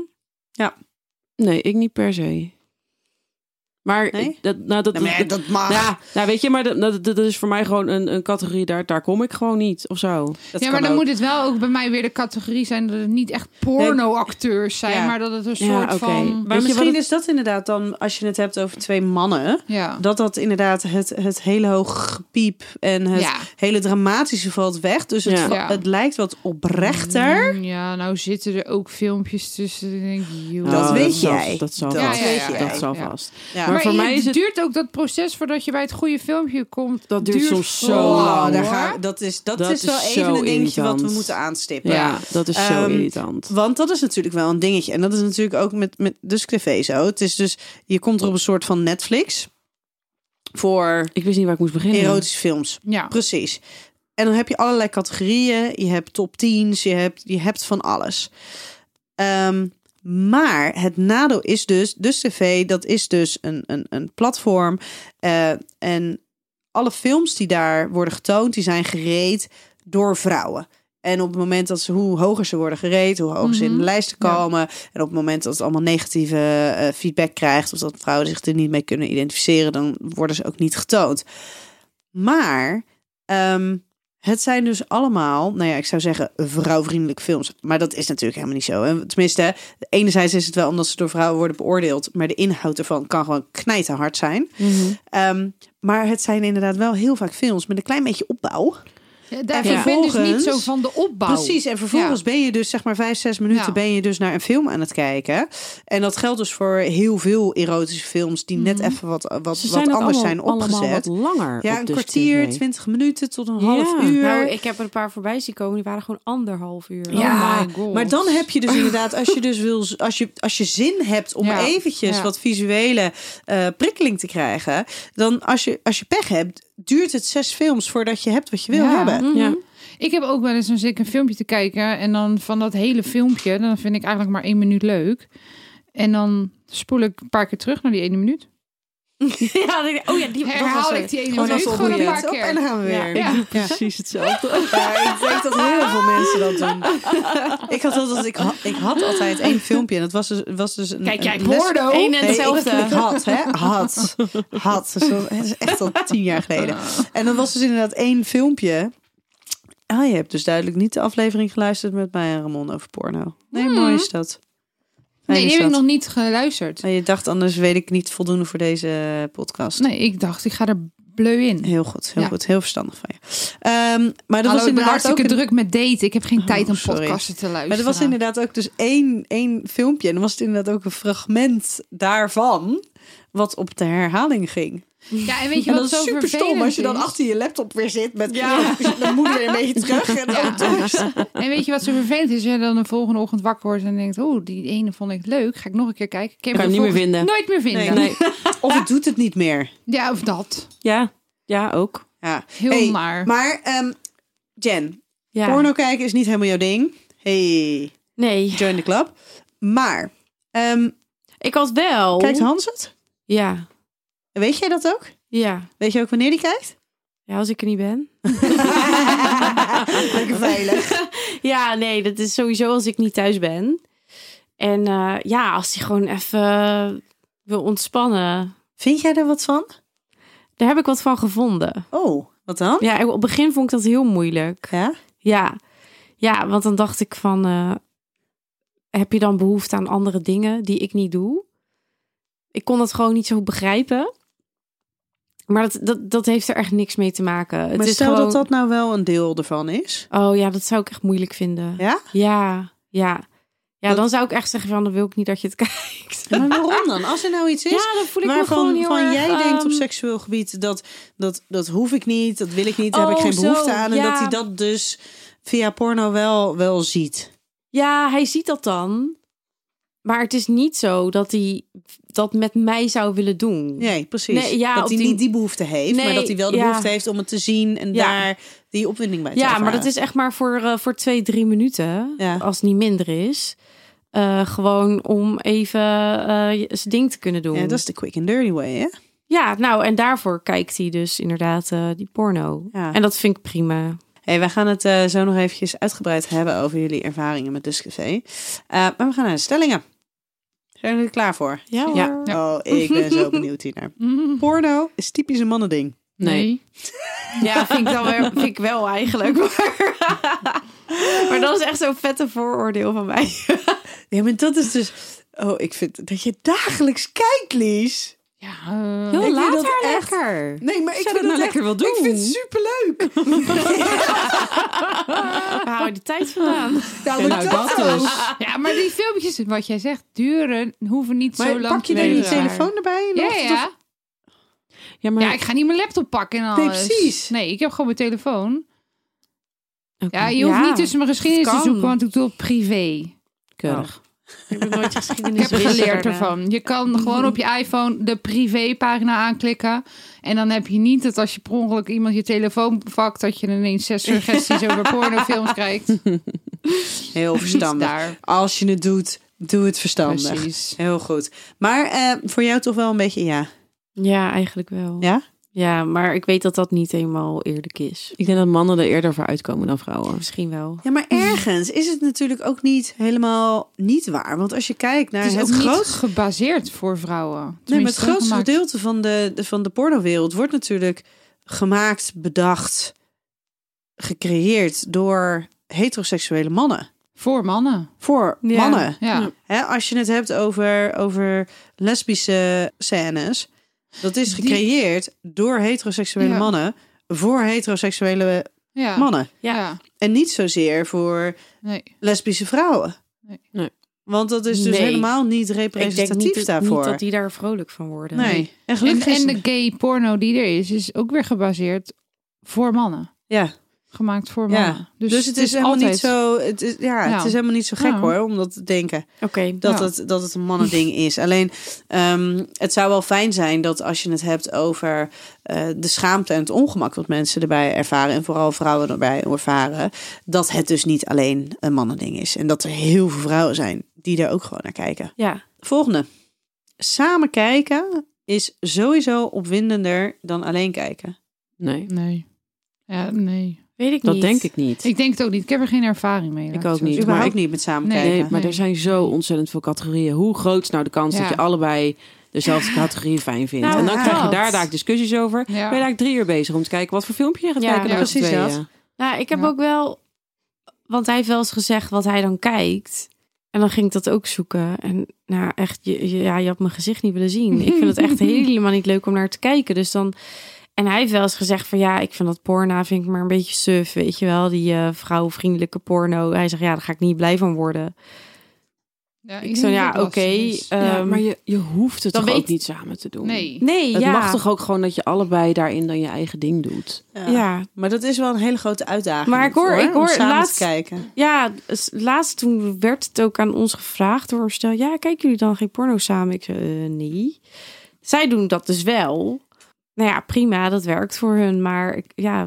[SPEAKER 5] Nee, ik niet per se. Maar
[SPEAKER 4] Nee?
[SPEAKER 5] dat, nou, dat,
[SPEAKER 4] Nou, maar ja, dat Ah. mag.
[SPEAKER 5] Ja, nou weet je, maar dat, dat, dat is voor mij gewoon een, een categorie, daar, daar kom ik gewoon niet of zo.
[SPEAKER 4] Dat
[SPEAKER 3] ja,
[SPEAKER 4] kan
[SPEAKER 3] maar dan
[SPEAKER 4] ook.
[SPEAKER 3] moet het wel ook bij mij weer de categorie zijn dat het niet echt pornoacteurs zijn,
[SPEAKER 4] Ja.
[SPEAKER 3] maar dat het een soort
[SPEAKER 5] Ja, oké.
[SPEAKER 3] van.
[SPEAKER 5] Weet
[SPEAKER 4] Maar
[SPEAKER 5] je
[SPEAKER 4] misschien
[SPEAKER 5] wat
[SPEAKER 4] is dat inderdaad dan, als je het hebt over twee mannen,
[SPEAKER 3] Ja.
[SPEAKER 4] dat dat inderdaad het, het hele hoog gepiep en het
[SPEAKER 3] Ja.
[SPEAKER 4] hele dramatische valt weg. Dus het,
[SPEAKER 5] Ja.
[SPEAKER 4] va-
[SPEAKER 3] Ja.
[SPEAKER 4] het lijkt wat oprechter.
[SPEAKER 3] Mm, Ja, nou zitten er ook filmpjes tussen. Dan denk ik, joh.
[SPEAKER 4] Dat
[SPEAKER 5] Oh,
[SPEAKER 4] weet
[SPEAKER 5] zal-
[SPEAKER 4] jij.
[SPEAKER 5] Dat zal
[SPEAKER 4] Dat
[SPEAKER 5] vast.
[SPEAKER 3] weet jij.
[SPEAKER 5] Dat zal
[SPEAKER 3] Ja.
[SPEAKER 5] vast.
[SPEAKER 4] Ja.
[SPEAKER 5] Maar,
[SPEAKER 3] Maar,
[SPEAKER 5] voor mij
[SPEAKER 3] het
[SPEAKER 5] is het...
[SPEAKER 3] duurt ook dat proces voordat je bij het goede filmpje komt.
[SPEAKER 5] Dat duurt soms zo
[SPEAKER 3] lang,
[SPEAKER 5] lang,
[SPEAKER 3] hoor.
[SPEAKER 4] Oh, daar gaan we- dat is, dat
[SPEAKER 5] Dat
[SPEAKER 4] is wel
[SPEAKER 5] is
[SPEAKER 4] even
[SPEAKER 5] zo
[SPEAKER 4] een dingetje wat
[SPEAKER 5] irritant.
[SPEAKER 4] we moeten aanstippen.
[SPEAKER 5] Ja, dat is zo
[SPEAKER 4] Ehm,
[SPEAKER 5] irritant.
[SPEAKER 4] Want dat is natuurlijk wel een dingetje. En dat is natuurlijk ook met, met dus Clevé zo. Het is dus, je komt er op een soort van Netflix voor
[SPEAKER 5] Ik wist niet waar ik moest beginnen.
[SPEAKER 4] erotische films.
[SPEAKER 3] Ja.
[SPEAKER 4] Precies. En dan heb je allerlei categorieën. Je hebt top 10's, je hebt, je hebt van alles. Ehm, maar het nadeel is dus, dus tv, dat is dus een, een, een platform. eh, en alle films die daar worden getoond, die zijn gereed door vrouwen. En op het moment dat ze, hoe hoger ze worden gereed, hoe hoger ze in de
[SPEAKER 3] Mhm.
[SPEAKER 4] lijsten
[SPEAKER 3] Ja.
[SPEAKER 4] komen. En op het moment dat het allemaal negatieve eh, feedback krijgt, of dat vrouwen zich er niet mee kunnen identificeren, dan worden ze ook niet getoond. Maar ehm, het zijn dus allemaal, nou ja, ik zou zeggen vrouwvriendelijke films. Maar dat is natuurlijk helemaal niet zo. En tenminste, enerzijds is het wel omdat ze door vrouwen worden beoordeeld, maar de inhoud ervan kan gewoon knijterhard zijn.
[SPEAKER 5] Mhm.
[SPEAKER 4] Ehm, maar het zijn inderdaad wel heel vaak films met een klein beetje opbouw.
[SPEAKER 3] Ja,
[SPEAKER 4] En
[SPEAKER 3] Daarvan ben ik dus niet
[SPEAKER 4] vervolgens-
[SPEAKER 3] zo van de opbouw.
[SPEAKER 4] Precies, en vervolgens
[SPEAKER 3] Ja.
[SPEAKER 4] ben je dus zeg maar vijf, zes minuten
[SPEAKER 3] Ja.
[SPEAKER 4] ben je dus naar een film aan het kijken. En dat geldt dus voor heel veel erotische films die net even wat, wat, wat
[SPEAKER 5] Mhm. Ze
[SPEAKER 4] anders
[SPEAKER 5] zijn ook allemaal,
[SPEAKER 4] zijn
[SPEAKER 5] allemaal
[SPEAKER 4] opgezet.
[SPEAKER 5] wat langer.
[SPEAKER 4] ja,
[SPEAKER 5] op
[SPEAKER 4] een
[SPEAKER 5] dus
[SPEAKER 4] kwartier,
[SPEAKER 5] TV.
[SPEAKER 4] twintig minuten tot een
[SPEAKER 5] Ja.
[SPEAKER 4] half uur.
[SPEAKER 2] Nou, ik heb er een paar voorbij zien komen. Die waren gewoon anderhalf uur. Oh,
[SPEAKER 3] Ja.
[SPEAKER 4] Ja,
[SPEAKER 3] my god.
[SPEAKER 4] maar dan heb je dus inderdaad, als je dus wil, als je, als je zin hebt om
[SPEAKER 3] Ja,
[SPEAKER 4] eventjes
[SPEAKER 3] ja.
[SPEAKER 4] wat visuele eh, prikkeling te krijgen, dan als je, als je pech hebt, duurt het zes films voordat je hebt wat je wil
[SPEAKER 3] Ja.
[SPEAKER 2] Mm,
[SPEAKER 4] hebben.
[SPEAKER 2] Mhm.
[SPEAKER 5] Ja.
[SPEAKER 3] Ik heb ook wel eens dan zit ik een filmpje te kijken en dan van dat hele filmpje, dan vind ik eigenlijk maar één minuut leuk. En dan spoel ik een paar keer terug naar die ene minuut.
[SPEAKER 2] (laughs) Ja, die- oh ja, die dat was
[SPEAKER 3] Herhaal
[SPEAKER 2] het.
[SPEAKER 3] ik die ene
[SPEAKER 4] Gewoon
[SPEAKER 3] minuut
[SPEAKER 4] als
[SPEAKER 3] gewoon een
[SPEAKER 4] opboeiend.
[SPEAKER 3] paar
[SPEAKER 4] Op, en
[SPEAKER 3] keer.
[SPEAKER 4] dan gaan we
[SPEAKER 2] Ja.
[SPEAKER 4] weer.
[SPEAKER 3] Ja.
[SPEAKER 5] Precies hetzelfde.
[SPEAKER 4] Ja, ik denk dat heel veel mensen dat doen. (laughs) Ik had altijd, ik had, ik had altijd één filmpje en dat was dus, was dus een,
[SPEAKER 3] Kijk jij
[SPEAKER 4] een les-
[SPEAKER 3] porno?
[SPEAKER 2] Eén en
[SPEAKER 4] Nee, ik,
[SPEAKER 2] hetzelfde.
[SPEAKER 4] ik had, hè? Had. Had. Dus dat is echt al tien jaar geleden. En dan was dus inderdaad één filmpje. Ah, je hebt dus duidelijk niet de aflevering geluisterd met mij en Ramon over porno. Nee, mooi is dat. Fijn
[SPEAKER 3] Hmm. Nee,
[SPEAKER 4] is
[SPEAKER 3] die heb ik
[SPEAKER 4] dat.
[SPEAKER 3] nog niet geluisterd.
[SPEAKER 4] En je dacht, anders weet ik niet voldoende voor deze podcast.
[SPEAKER 3] Nee, ik dacht, ik ga er bleu in.
[SPEAKER 4] Heel goed, heel
[SPEAKER 3] Ja.
[SPEAKER 4] goed. Heel verstandig van je. Ehm, maar dat
[SPEAKER 3] Hallo,
[SPEAKER 4] was
[SPEAKER 3] ik ben
[SPEAKER 4] inderdaad ook
[SPEAKER 3] hartstikke
[SPEAKER 4] een Oh,
[SPEAKER 3] druk met daten. Ik heb geen tijd om
[SPEAKER 4] sorry.
[SPEAKER 3] podcasten te luisteren.
[SPEAKER 4] Maar er was inderdaad ook dus één, één filmpje. En dan was het inderdaad ook een fragment daarvan. Wat op de herhaling ging.
[SPEAKER 3] Ja, en weet je
[SPEAKER 4] en
[SPEAKER 3] wat
[SPEAKER 4] dat
[SPEAKER 3] zo
[SPEAKER 4] is super stom
[SPEAKER 3] vervelend
[SPEAKER 4] als je dan
[SPEAKER 3] is?
[SPEAKER 4] achter je laptop weer zit. Met dan moet je weer een beetje
[SPEAKER 3] (laughs)
[SPEAKER 4] terug. En dan
[SPEAKER 3] Ja. En weet je wat zo vervelend is? Als je dan de volgende ochtend wakker wordt en denkt... oh, die ene vond ik leuk. Ga ik nog een keer kijken. Ik heb
[SPEAKER 5] Kan
[SPEAKER 3] de
[SPEAKER 5] je niet meer
[SPEAKER 3] volgende-
[SPEAKER 5] vinden.
[SPEAKER 3] Nooit meer vinden.
[SPEAKER 5] Nee.
[SPEAKER 4] Of het doet het niet meer.
[SPEAKER 3] Ja, of dat.
[SPEAKER 5] Ja. ja, ook.
[SPEAKER 4] Ja.
[SPEAKER 3] Heel
[SPEAKER 4] Hey,
[SPEAKER 3] maar.
[SPEAKER 4] Maar ehm, Jen,
[SPEAKER 2] Ja.
[SPEAKER 4] porno kijken is niet helemaal jouw ding. Hey,
[SPEAKER 2] Nee,
[SPEAKER 4] join the club. Maar, ehm,
[SPEAKER 2] ik had wel.
[SPEAKER 4] kijkt Hans het?
[SPEAKER 2] Ja,
[SPEAKER 4] Weet jij dat ook?
[SPEAKER 2] ja.
[SPEAKER 4] Weet je ook wanneer die kijkt?
[SPEAKER 2] Ja, als ik er niet ben.
[SPEAKER 4] Lekker veilig.
[SPEAKER 2] Ja, nee, dat is sowieso als ik niet thuis ben. En eh, ja, als hij gewoon even wil ontspannen.
[SPEAKER 4] Vind jij er wat van?
[SPEAKER 2] Daar heb ik wat van gevonden.
[SPEAKER 4] Oh, wat dan?
[SPEAKER 2] Ja, ik- op het begin vond ik dat heel moeilijk.
[SPEAKER 4] Ja?
[SPEAKER 2] Ja, ja want dan dacht ik van... eh, heb je dan behoefte aan andere dingen die ik niet doe? Ik kon dat gewoon niet zo goed begrijpen. Maar dat, dat, dat heeft er echt niks mee te maken. Het
[SPEAKER 4] maar
[SPEAKER 2] is
[SPEAKER 4] stel
[SPEAKER 2] gewoon...
[SPEAKER 4] dat dat nou wel een deel ervan is.
[SPEAKER 2] Oh ja, dat zou ik echt moeilijk vinden.
[SPEAKER 4] Ja?
[SPEAKER 2] Ja, ja. Ja, dan zou ik echt zeggen van, dan wil ik niet dat je het (laughs) kijkt.
[SPEAKER 4] Maar waarom dan? Als er nou iets is
[SPEAKER 2] Ja, dan voel ik me gewoon
[SPEAKER 4] waarvan
[SPEAKER 2] heel
[SPEAKER 4] van
[SPEAKER 2] erg,
[SPEAKER 4] jij denkt op
[SPEAKER 2] ehm,
[SPEAKER 4] seksueel gebied dat, dat dat hoef ik niet, dat wil ik niet, daar heb
[SPEAKER 2] Oh,
[SPEAKER 4] ik geen behoefte
[SPEAKER 2] zo,
[SPEAKER 4] aan. En
[SPEAKER 2] ja.
[SPEAKER 4] dat hij dat dus via porno wel, wel ziet.
[SPEAKER 2] Ja, hij ziet dat dan. Maar het is niet zo dat hij dat met mij zou willen doen.
[SPEAKER 4] Nee, precies.
[SPEAKER 2] Nee, ja,
[SPEAKER 4] dat
[SPEAKER 2] op
[SPEAKER 4] hij
[SPEAKER 2] die-
[SPEAKER 4] niet die behoefte heeft, maar
[SPEAKER 2] Nee,
[SPEAKER 4] dat hij wel de
[SPEAKER 2] ja.
[SPEAKER 4] behoefte heeft om het te zien en
[SPEAKER 2] Ja.
[SPEAKER 4] daar die opwinding bij te
[SPEAKER 2] Ja, maar
[SPEAKER 4] ervaren.
[SPEAKER 2] dat is echt maar voor, eh, voor twee, drie minuten.
[SPEAKER 4] Ja.
[SPEAKER 2] Als het niet minder is. Eh, gewoon om even eh, je- zijn ding te kunnen doen.
[SPEAKER 4] Ja, dat is de quick and dirty way, hè?
[SPEAKER 2] Ja, nou, en daarvoor kijkt hij dus inderdaad eh, die porno.
[SPEAKER 4] Ja.
[SPEAKER 2] En dat vind ik prima.
[SPEAKER 4] Hey, wij gaan het eh, zo nog eventjes uitgebreid hebben over jullie ervaringen met Duscafé. Eh, maar we gaan naar de stellingen. Zijn jullie er klaar voor?
[SPEAKER 2] Ja,
[SPEAKER 5] Ja.
[SPEAKER 4] Oh, ik ben zo benieuwd (laughs) hiernaar. Porno is typisch een mannending.
[SPEAKER 5] Nee.
[SPEAKER 2] Ja, vind ik, dan weer, vind ik wel eigenlijk. (laughs) Maar, maar dat is echt zo'n vette vooroordeel van mij.
[SPEAKER 4] Ja, maar dat is dus... Oh, ik vind dat je dagelijks kijkt, Lies.
[SPEAKER 3] Ja, eh,
[SPEAKER 2] Heel
[SPEAKER 4] vind
[SPEAKER 2] laat
[SPEAKER 4] dat
[SPEAKER 2] haar
[SPEAKER 4] echt-
[SPEAKER 2] lekker.
[SPEAKER 4] Nee, maar ik
[SPEAKER 2] Zou dat nou lekker wel doen?
[SPEAKER 4] Ik vind het superleuk.
[SPEAKER 2] We houden de tijd vandaan.
[SPEAKER 4] Nou, maar
[SPEAKER 5] Nou, dat dus.
[SPEAKER 3] ja, maar die filmpjes, wat jij zegt, duren, hoeven niet zo
[SPEAKER 4] Maar
[SPEAKER 3] lang
[SPEAKER 4] pak je
[SPEAKER 3] te
[SPEAKER 4] dan je
[SPEAKER 3] duren.
[SPEAKER 4] telefoon erbij?
[SPEAKER 3] Ja,
[SPEAKER 4] nog?
[SPEAKER 3] ja.
[SPEAKER 5] Ja, maar
[SPEAKER 3] ja, ik ga niet mijn laptop pakken en alles.
[SPEAKER 4] Nee, precies.
[SPEAKER 3] Nee, ik heb gewoon mijn telefoon.
[SPEAKER 2] Oké.
[SPEAKER 3] Ja, je hoeft niet tussen mijn geschiedenis te
[SPEAKER 2] kan.
[SPEAKER 3] zoeken, want ik doe het privé.
[SPEAKER 5] keurig.
[SPEAKER 4] Oh.
[SPEAKER 2] Ik heb nooit
[SPEAKER 3] Ik
[SPEAKER 2] geschiedenis
[SPEAKER 3] heb geleerd ervan. Je kan gewoon op je iPhone de privépagina aanklikken. En dan heb je niet dat als je per ongeluk iemand je telefoon pakt... dat je ineens zes suggesties over pornofilms krijgt.
[SPEAKER 4] (laughs) Heel verstandig.
[SPEAKER 3] Daar.
[SPEAKER 4] Als je het doet, doe het verstandig.
[SPEAKER 3] Precies.
[SPEAKER 4] Heel goed. Maar eh, voor jou toch wel een beetje ja.
[SPEAKER 2] Ja, eigenlijk wel.
[SPEAKER 4] Ja?
[SPEAKER 2] Ja, maar ik weet dat dat niet helemaal eerlijk is.
[SPEAKER 5] Ik denk dat mannen er eerder voor uitkomen dan vrouwen.
[SPEAKER 2] Misschien wel.
[SPEAKER 4] Ja, maar ergens is het natuurlijk ook niet helemaal niet waar. Want als je kijkt naar
[SPEAKER 3] Het
[SPEAKER 4] het,
[SPEAKER 3] is ook niet
[SPEAKER 4] grootste,
[SPEAKER 3] gebaseerd voor vrouwen.
[SPEAKER 4] nee, maar het
[SPEAKER 3] Tenminste,
[SPEAKER 4] grootste
[SPEAKER 3] gemaakt-
[SPEAKER 4] gedeelte van de, de- van de pornowereld wordt natuurlijk gemaakt, bedacht, gecreëerd door heteroseksuele mannen.
[SPEAKER 3] Voor mannen.
[SPEAKER 4] Voor
[SPEAKER 2] Ja.
[SPEAKER 4] mannen.
[SPEAKER 3] Ja.
[SPEAKER 4] Hè, als je het hebt over, over lesbische scènes. Dat is
[SPEAKER 3] Die-
[SPEAKER 4] gecreëerd door heteroseksuele
[SPEAKER 3] Ja.
[SPEAKER 4] mannen. Voor heteroseksuele
[SPEAKER 3] ja.
[SPEAKER 4] mannen.
[SPEAKER 3] Ja.
[SPEAKER 4] En niet zozeer voor
[SPEAKER 3] Nee.
[SPEAKER 4] lesbische vrouwen.
[SPEAKER 3] Nee.
[SPEAKER 5] Nee.
[SPEAKER 4] Want dat is dus
[SPEAKER 2] Nee.
[SPEAKER 4] helemaal niet
[SPEAKER 2] Ik denk
[SPEAKER 4] representatief
[SPEAKER 2] niet, dat-
[SPEAKER 4] daarvoor.
[SPEAKER 2] niet dat die daar vrolijk van worden.
[SPEAKER 4] Nee. En
[SPEAKER 3] En,
[SPEAKER 4] gelukkig is
[SPEAKER 3] en
[SPEAKER 4] het-
[SPEAKER 3] de gay porno die er is, is ook weer gebaseerd voor mannen.
[SPEAKER 4] Ja.
[SPEAKER 3] Gemaakt voor
[SPEAKER 4] Ja.
[SPEAKER 3] mannen.
[SPEAKER 4] Dus, het is, helemaal
[SPEAKER 3] altijd-
[SPEAKER 4] niet zo. Het is, ja,
[SPEAKER 3] Ja.
[SPEAKER 4] het is helemaal niet zo gek
[SPEAKER 3] Ja.
[SPEAKER 4] hoor om dat te denken.
[SPEAKER 2] Oké.
[SPEAKER 4] dat,
[SPEAKER 3] Ja.
[SPEAKER 4] het, dat het een mannending is. Alleen, ehm, het zou wel fijn zijn dat als je het hebt over eh, de schaamte en het ongemak wat mensen erbij ervaren, en vooral vrouwen erbij ervaren, dat het dus niet alleen een mannending is. En dat er heel veel vrouwen zijn die daar ook gewoon naar kijken.
[SPEAKER 2] Ja.
[SPEAKER 4] Volgende. Samen kijken is sowieso opwindender dan alleen kijken.
[SPEAKER 5] Nee,
[SPEAKER 3] Nee. Ja, nee.
[SPEAKER 2] Weet ik
[SPEAKER 5] dat
[SPEAKER 2] niet.
[SPEAKER 5] denk ik niet.
[SPEAKER 3] Ik denk het ook niet. Ik heb er geen ervaring mee. laat
[SPEAKER 5] Ik
[SPEAKER 3] het
[SPEAKER 5] ook
[SPEAKER 3] zo
[SPEAKER 5] niet.
[SPEAKER 3] zeggen.
[SPEAKER 4] Überhaupt
[SPEAKER 5] ik-
[SPEAKER 4] niet met samen
[SPEAKER 3] Nee.
[SPEAKER 4] kijken.
[SPEAKER 5] Nee, maar er zijn zo ontzettend veel categorieën. Hoe groot is nou de kans dat
[SPEAKER 3] Ja.
[SPEAKER 5] je allebei dezelfde categorie fijn vindt?
[SPEAKER 2] Nou,
[SPEAKER 5] en dan
[SPEAKER 4] ja.
[SPEAKER 5] krijg je
[SPEAKER 3] dat.
[SPEAKER 5] daar daar discussies over. Ben je
[SPEAKER 3] Ja.
[SPEAKER 5] daar drie uur bezig om te kijken wat voor filmpje je gaat
[SPEAKER 2] Ja,
[SPEAKER 5] kijken.
[SPEAKER 2] ja,
[SPEAKER 5] met z'n
[SPEAKER 4] precies dat.
[SPEAKER 5] tweeën.
[SPEAKER 2] Nou, ik heb
[SPEAKER 3] Ja.
[SPEAKER 2] ook wel... Want hij heeft wel eens gezegd wat hij dan kijkt. En dan ging ik dat ook zoeken. En nou, echt, je, je- ja, je had mijn gezicht niet willen zien. Ik vind het echt helemaal niet leuk om naar te kijken. Dus dan... En hij heeft wel eens gezegd van ja, ik vind dat porno vind ik maar een beetje suf, weet je wel. Die eh, vrouwvriendelijke porno. Hij zegt ja, daar ga ik niet blij van worden.
[SPEAKER 3] Ja,
[SPEAKER 2] Ik
[SPEAKER 3] denk
[SPEAKER 2] zei ja,
[SPEAKER 3] dat
[SPEAKER 2] oké.
[SPEAKER 3] dat is.
[SPEAKER 4] eh,
[SPEAKER 5] Ja,
[SPEAKER 2] ehm,
[SPEAKER 5] maar je, je hoeft het
[SPEAKER 2] dan
[SPEAKER 5] toch ook
[SPEAKER 2] weet-
[SPEAKER 5] niet samen te doen?
[SPEAKER 3] Nee.
[SPEAKER 2] Nee,
[SPEAKER 5] Het
[SPEAKER 2] ja.
[SPEAKER 5] mag toch ook gewoon dat je allebei daarin dan je eigen ding doet?
[SPEAKER 4] Ja.
[SPEAKER 2] Ja,
[SPEAKER 4] Maar dat is wel een hele grote uitdaging.
[SPEAKER 2] Maar ik hoor-
[SPEAKER 4] voor,
[SPEAKER 2] ik
[SPEAKER 4] om
[SPEAKER 2] hoor
[SPEAKER 4] samen
[SPEAKER 2] laatst-
[SPEAKER 4] te kijken.
[SPEAKER 2] ja, s- laatst toen werd het ook aan ons gevraagd door een stel. Ja, kijken jullie dan geen porno samen? Ik zei, eh, nee. Zij doen dat dus wel. Nou ja, prima, dat werkt voor hun. Maar ik- ja,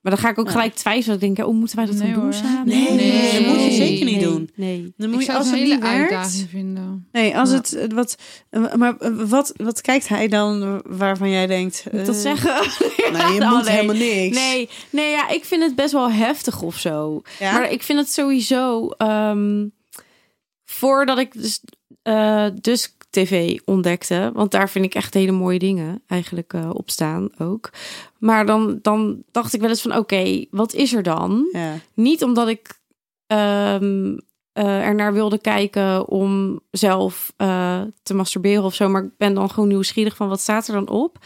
[SPEAKER 2] maar dan ga ik ook gelijk twijfelen. Ik denk, oh, moeten wij dat
[SPEAKER 3] Nee,
[SPEAKER 2] dan doen
[SPEAKER 3] hoor.
[SPEAKER 2] samen?
[SPEAKER 4] Nee,
[SPEAKER 3] dat moet je zeker
[SPEAKER 4] niet
[SPEAKER 2] nee,
[SPEAKER 4] doen.
[SPEAKER 2] Nee.
[SPEAKER 4] Dan
[SPEAKER 3] Ik
[SPEAKER 4] moet je,
[SPEAKER 3] zou
[SPEAKER 4] als
[SPEAKER 3] het een
[SPEAKER 4] het
[SPEAKER 3] hele
[SPEAKER 4] niet werkt,
[SPEAKER 3] uitdaging vinden.
[SPEAKER 4] Nee, als
[SPEAKER 2] Ja.
[SPEAKER 4] het eh, wat. eh, Maar eh, wat, wat kijkt hij dan waarvan jij denkt.
[SPEAKER 2] Moet ik dat
[SPEAKER 4] eh, (laughs)
[SPEAKER 2] zeggen? (laughs)
[SPEAKER 4] Nou, je
[SPEAKER 2] Oh,
[SPEAKER 4] moet
[SPEAKER 2] nee.
[SPEAKER 4] helemaal niks.
[SPEAKER 2] Nee, nee ja, ik vind het best wel heftig of zo.
[SPEAKER 4] Ja?
[SPEAKER 2] Maar ik vind het sowieso. ehm, voordat ik dus, eh dus TV ontdekte, want daar vind ik echt hele mooie dingen eigenlijk eh, op staan ook. Maar dan, dan dacht ik wel eens van: oké, wat is er dan?
[SPEAKER 4] ja.
[SPEAKER 2] Niet omdat ik ehm er naar wilde kijken om zelf eh, te masturberen of zo, maar ik ben dan gewoon nieuwsgierig van wat staat er dan op.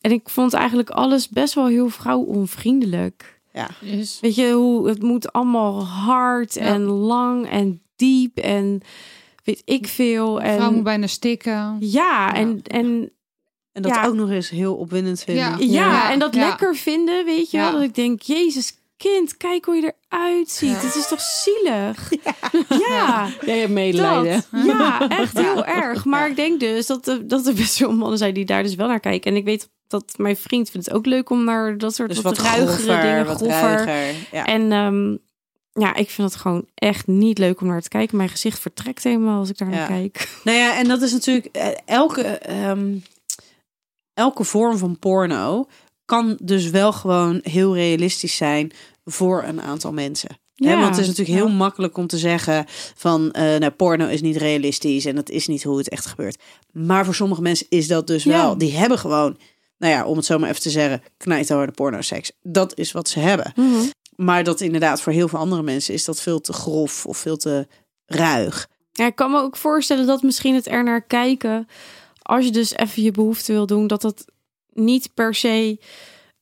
[SPEAKER 2] En ik vond eigenlijk alles best wel heel vrouwonvriendelijk.
[SPEAKER 3] Is.
[SPEAKER 2] Weet je hoe het moet allemaal hard
[SPEAKER 3] Ja.
[SPEAKER 2] en lang en diep en weet ik veel.
[SPEAKER 3] Vrouw moet
[SPEAKER 2] En,
[SPEAKER 3] bijna stikken.
[SPEAKER 2] ja, en, en
[SPEAKER 4] En dat
[SPEAKER 2] Ja.
[SPEAKER 4] ook nog eens heel opwindend vinden. Dus
[SPEAKER 3] Ja.
[SPEAKER 2] Ja,
[SPEAKER 3] Ja,
[SPEAKER 2] en dat
[SPEAKER 3] ja.
[SPEAKER 2] lekker vinden, weet je wel.
[SPEAKER 3] Ja.
[SPEAKER 2] Dat ik denk, jezus kind, kijk hoe je eruit ziet.
[SPEAKER 3] Ja.
[SPEAKER 2] Het is toch
[SPEAKER 3] (laughs)
[SPEAKER 2] zielig? Ja,
[SPEAKER 5] Jij
[SPEAKER 2] ja,
[SPEAKER 5] hebt medelijden.
[SPEAKER 2] dat. Ja, echt heel erg. Maar ik denk dus dat, er- dat er best veel mannen zijn die daar dus wel naar kijken. En ik weet dat mijn vriend vindt het ook leuk om naar dat soort
[SPEAKER 4] Dus
[SPEAKER 2] wat,
[SPEAKER 4] wat
[SPEAKER 2] ruigere
[SPEAKER 4] grover,
[SPEAKER 2] dingen,
[SPEAKER 4] wat
[SPEAKER 2] groffer.
[SPEAKER 4] ruiger. Ja.
[SPEAKER 2] En ehm, ja, ik vind dat gewoon echt niet leuk om naar te kijken. Mijn gezicht vertrekt helemaal als ik daar naar
[SPEAKER 4] Ja.
[SPEAKER 2] kijk.
[SPEAKER 4] Nou ja, en dat is natuurlijk eh, elke, ehm, elke vorm van porno kan dus wel gewoon heel realistisch zijn voor een aantal mensen. Ja.
[SPEAKER 2] Ja.
[SPEAKER 4] want het is natuurlijk heel makkelijk om te zeggen van eh nou, porno is niet realistisch en dat is niet hoe het echt gebeurt. Maar voor sommige mensen is dat dus
[SPEAKER 2] Ja.
[SPEAKER 4] wel. Die hebben gewoon, nou ja, om het zo maar even te zeggen, knijterharde pornoseks. Dat is wat ze hebben.
[SPEAKER 2] Mhm.
[SPEAKER 4] Maar dat inderdaad voor heel veel andere mensen is dat veel te grof of veel te ruig.
[SPEAKER 2] Ja, ik kan me ook voorstellen dat misschien het er naar kijken, als je dus even je behoefte wil doen, dat dat niet per se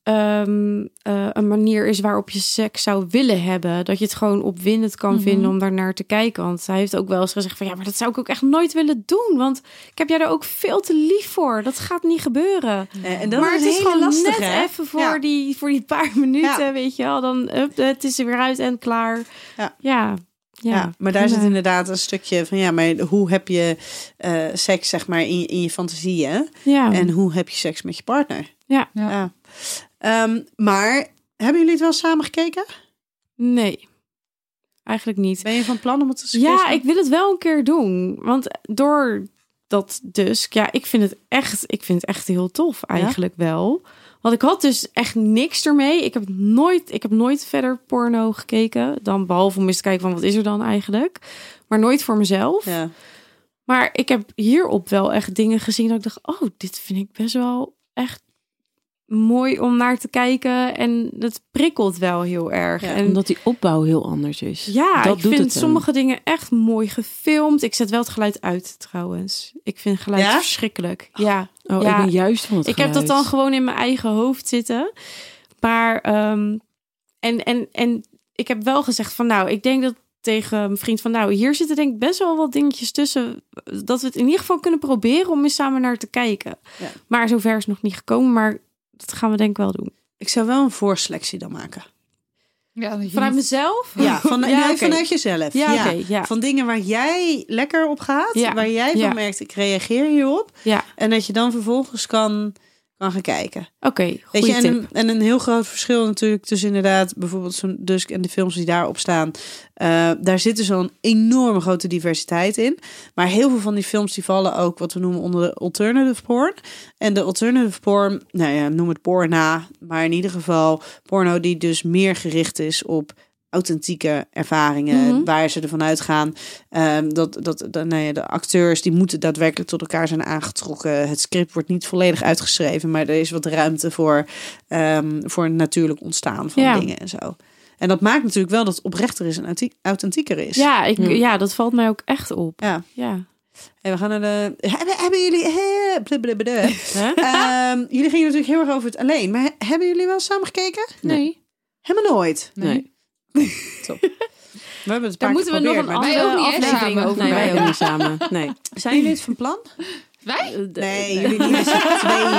[SPEAKER 2] ehm, eh, een manier is waarop je seks zou willen hebben. Dat je het gewoon opwindend
[SPEAKER 4] Mhm.
[SPEAKER 2] kan vinden om daar naar te kijken. Want hij heeft ook wel eens gezegd van ja, maar dat zou ik ook echt nooit willen doen. Want ik heb jij er ook veel te lief voor. Dat gaat niet gebeuren.
[SPEAKER 4] Eh, En dat
[SPEAKER 2] maar
[SPEAKER 4] is,
[SPEAKER 2] het is
[SPEAKER 4] hele
[SPEAKER 2] gewoon
[SPEAKER 4] lastig,
[SPEAKER 2] net
[SPEAKER 4] hè?
[SPEAKER 2] even voor,
[SPEAKER 4] Ja.
[SPEAKER 2] die, voor die paar (laughs) minuten, weet je wel. Dan hup, het is er weer uit en klaar.
[SPEAKER 4] Ja.
[SPEAKER 2] ja.
[SPEAKER 4] Ja,
[SPEAKER 2] Ja,
[SPEAKER 4] maar daar
[SPEAKER 2] prima.
[SPEAKER 4] zit inderdaad een stukje van ja, maar hoe heb je eh, seks zeg maar in, je- in je fantasie hè?
[SPEAKER 2] ja.
[SPEAKER 4] en hoe heb je seks met je partner?
[SPEAKER 2] Oh. Ja.
[SPEAKER 3] Ja.
[SPEAKER 4] Ehm, maar hebben jullie het wel samen gekeken?
[SPEAKER 2] Nee, eigenlijk niet.
[SPEAKER 4] Ben je van plan om het te
[SPEAKER 2] Ja,
[SPEAKER 4] suggestie-
[SPEAKER 2] ik wil het wel een keer doen. Want door dat dus, ja, ik vind het echt, ik vind het echt heel tof eigenlijk wel. Want ik had dus echt niks ermee. Ik heb nooit, ik heb nooit verder porno gekeken. Dan behalve om eens te kijken van wat is er dan eigenlijk. Maar nooit voor mezelf.
[SPEAKER 4] Ja.
[SPEAKER 2] Maar ik heb hierop wel echt dingen gezien dat ik dacht, oh, dit vind ik best wel echt mooi om naar te kijken. En dat prikkelt wel heel erg.
[SPEAKER 4] Ja,
[SPEAKER 2] en
[SPEAKER 5] Omdat die opbouw heel anders is.
[SPEAKER 2] ja,
[SPEAKER 5] dat
[SPEAKER 2] ik
[SPEAKER 5] doet
[SPEAKER 2] vind
[SPEAKER 5] het hem.
[SPEAKER 2] sommige dingen echt mooi gefilmd. Ik zet wel het geluid uit trouwens. Ik vind geluid
[SPEAKER 4] Ja?
[SPEAKER 2] verschrikkelijk. Ja,
[SPEAKER 5] Oh,
[SPEAKER 2] Ja.
[SPEAKER 5] ik ben juist van het
[SPEAKER 2] ik heb dat dan
[SPEAKER 5] geluid.
[SPEAKER 2] gewoon in mijn eigen hoofd zitten. Maar ehm, en, en, en ik heb wel gezegd van nou, ik denk dat tegen een vriend van nou, hier zitten denk ik best wel wat dingetjes tussen. Dat we het in ieder geval kunnen proberen om eens samen naar te kijken.
[SPEAKER 4] Ja.
[SPEAKER 2] Maar zover is het nog niet gekomen, maar dat gaan we denk ik wel doen.
[SPEAKER 4] Ik zou wel een voorselectie dan maken.
[SPEAKER 3] Ja, dat je
[SPEAKER 2] Vanuit
[SPEAKER 3] niet-
[SPEAKER 2] mezelf?
[SPEAKER 4] Ja,
[SPEAKER 2] (laughs)
[SPEAKER 4] van,
[SPEAKER 2] Ja,
[SPEAKER 4] nee,
[SPEAKER 2] oké.
[SPEAKER 4] vanuit jezelf.
[SPEAKER 2] Ja, oké. ja.
[SPEAKER 4] Van dingen waar jij lekker op gaat,
[SPEAKER 2] Ja.
[SPEAKER 4] waar jij van
[SPEAKER 2] Ja.
[SPEAKER 4] merkt ik reageer hierop
[SPEAKER 2] Ja.
[SPEAKER 4] en dat je dan vervolgens kan kan gaan kijken.
[SPEAKER 2] Oké,
[SPEAKER 4] Weet
[SPEAKER 2] goede
[SPEAKER 4] je,
[SPEAKER 2] tip.
[SPEAKER 4] en, een, en een heel groot verschil natuurlijk tussen inderdaad bijvoorbeeld zo'n Dusk en de films die daarop staan. Eh, daar zit dus al een enorme grote diversiteit in. Maar heel veel van die films die vallen ook wat we noemen onder de alternative porn. En de alternative porn, nou ja, noem het porna. Maar in ieder geval porno die dus meer gericht is op authentieke ervaringen.
[SPEAKER 2] Mhm.
[SPEAKER 4] Waar ze ervan uitgaan ehm, dat, dat, dat nou ja, de acteurs die moeten daadwerkelijk tot elkaar zijn aangetrokken. Het script wordt niet volledig uitgeschreven. Maar er is wat ruimte voor, ehm, voor een natuurlijk ontstaan van
[SPEAKER 2] Ja.
[SPEAKER 4] dingen en zo. En dat maakt natuurlijk wel dat het oprechter is en authentie- authentieker is.
[SPEAKER 2] Ja, ik,
[SPEAKER 5] Ja.
[SPEAKER 2] ja, dat valt mij ook echt op.
[SPEAKER 4] Ja.
[SPEAKER 2] Ja.
[SPEAKER 4] En we gaan naar de... Hebben, hebben jullie... hè, blablabla.
[SPEAKER 2] (laughs)
[SPEAKER 4] Ehm, jullie gingen natuurlijk heel erg over het alleen. Maar he- hebben jullie wel samen gekeken?
[SPEAKER 3] Nee.
[SPEAKER 4] Helemaal nooit.
[SPEAKER 3] Nee.
[SPEAKER 5] Nee.
[SPEAKER 4] We hebben het
[SPEAKER 2] Daar moeten we nog een Ah,
[SPEAKER 3] maar
[SPEAKER 2] andere
[SPEAKER 3] wij ook niet, hè,
[SPEAKER 2] aflevering
[SPEAKER 3] samen.
[SPEAKER 2] over
[SPEAKER 5] Nee, wij
[SPEAKER 2] maken.
[SPEAKER 5] ook niet samen.
[SPEAKER 2] (laughs)
[SPEAKER 5] Nee. Eh,
[SPEAKER 4] Zijn jullie het van plan?
[SPEAKER 3] Wij?
[SPEAKER 4] Nee, eh. jullie niet.
[SPEAKER 2] (laughs)
[SPEAKER 4] met z'n tweeën.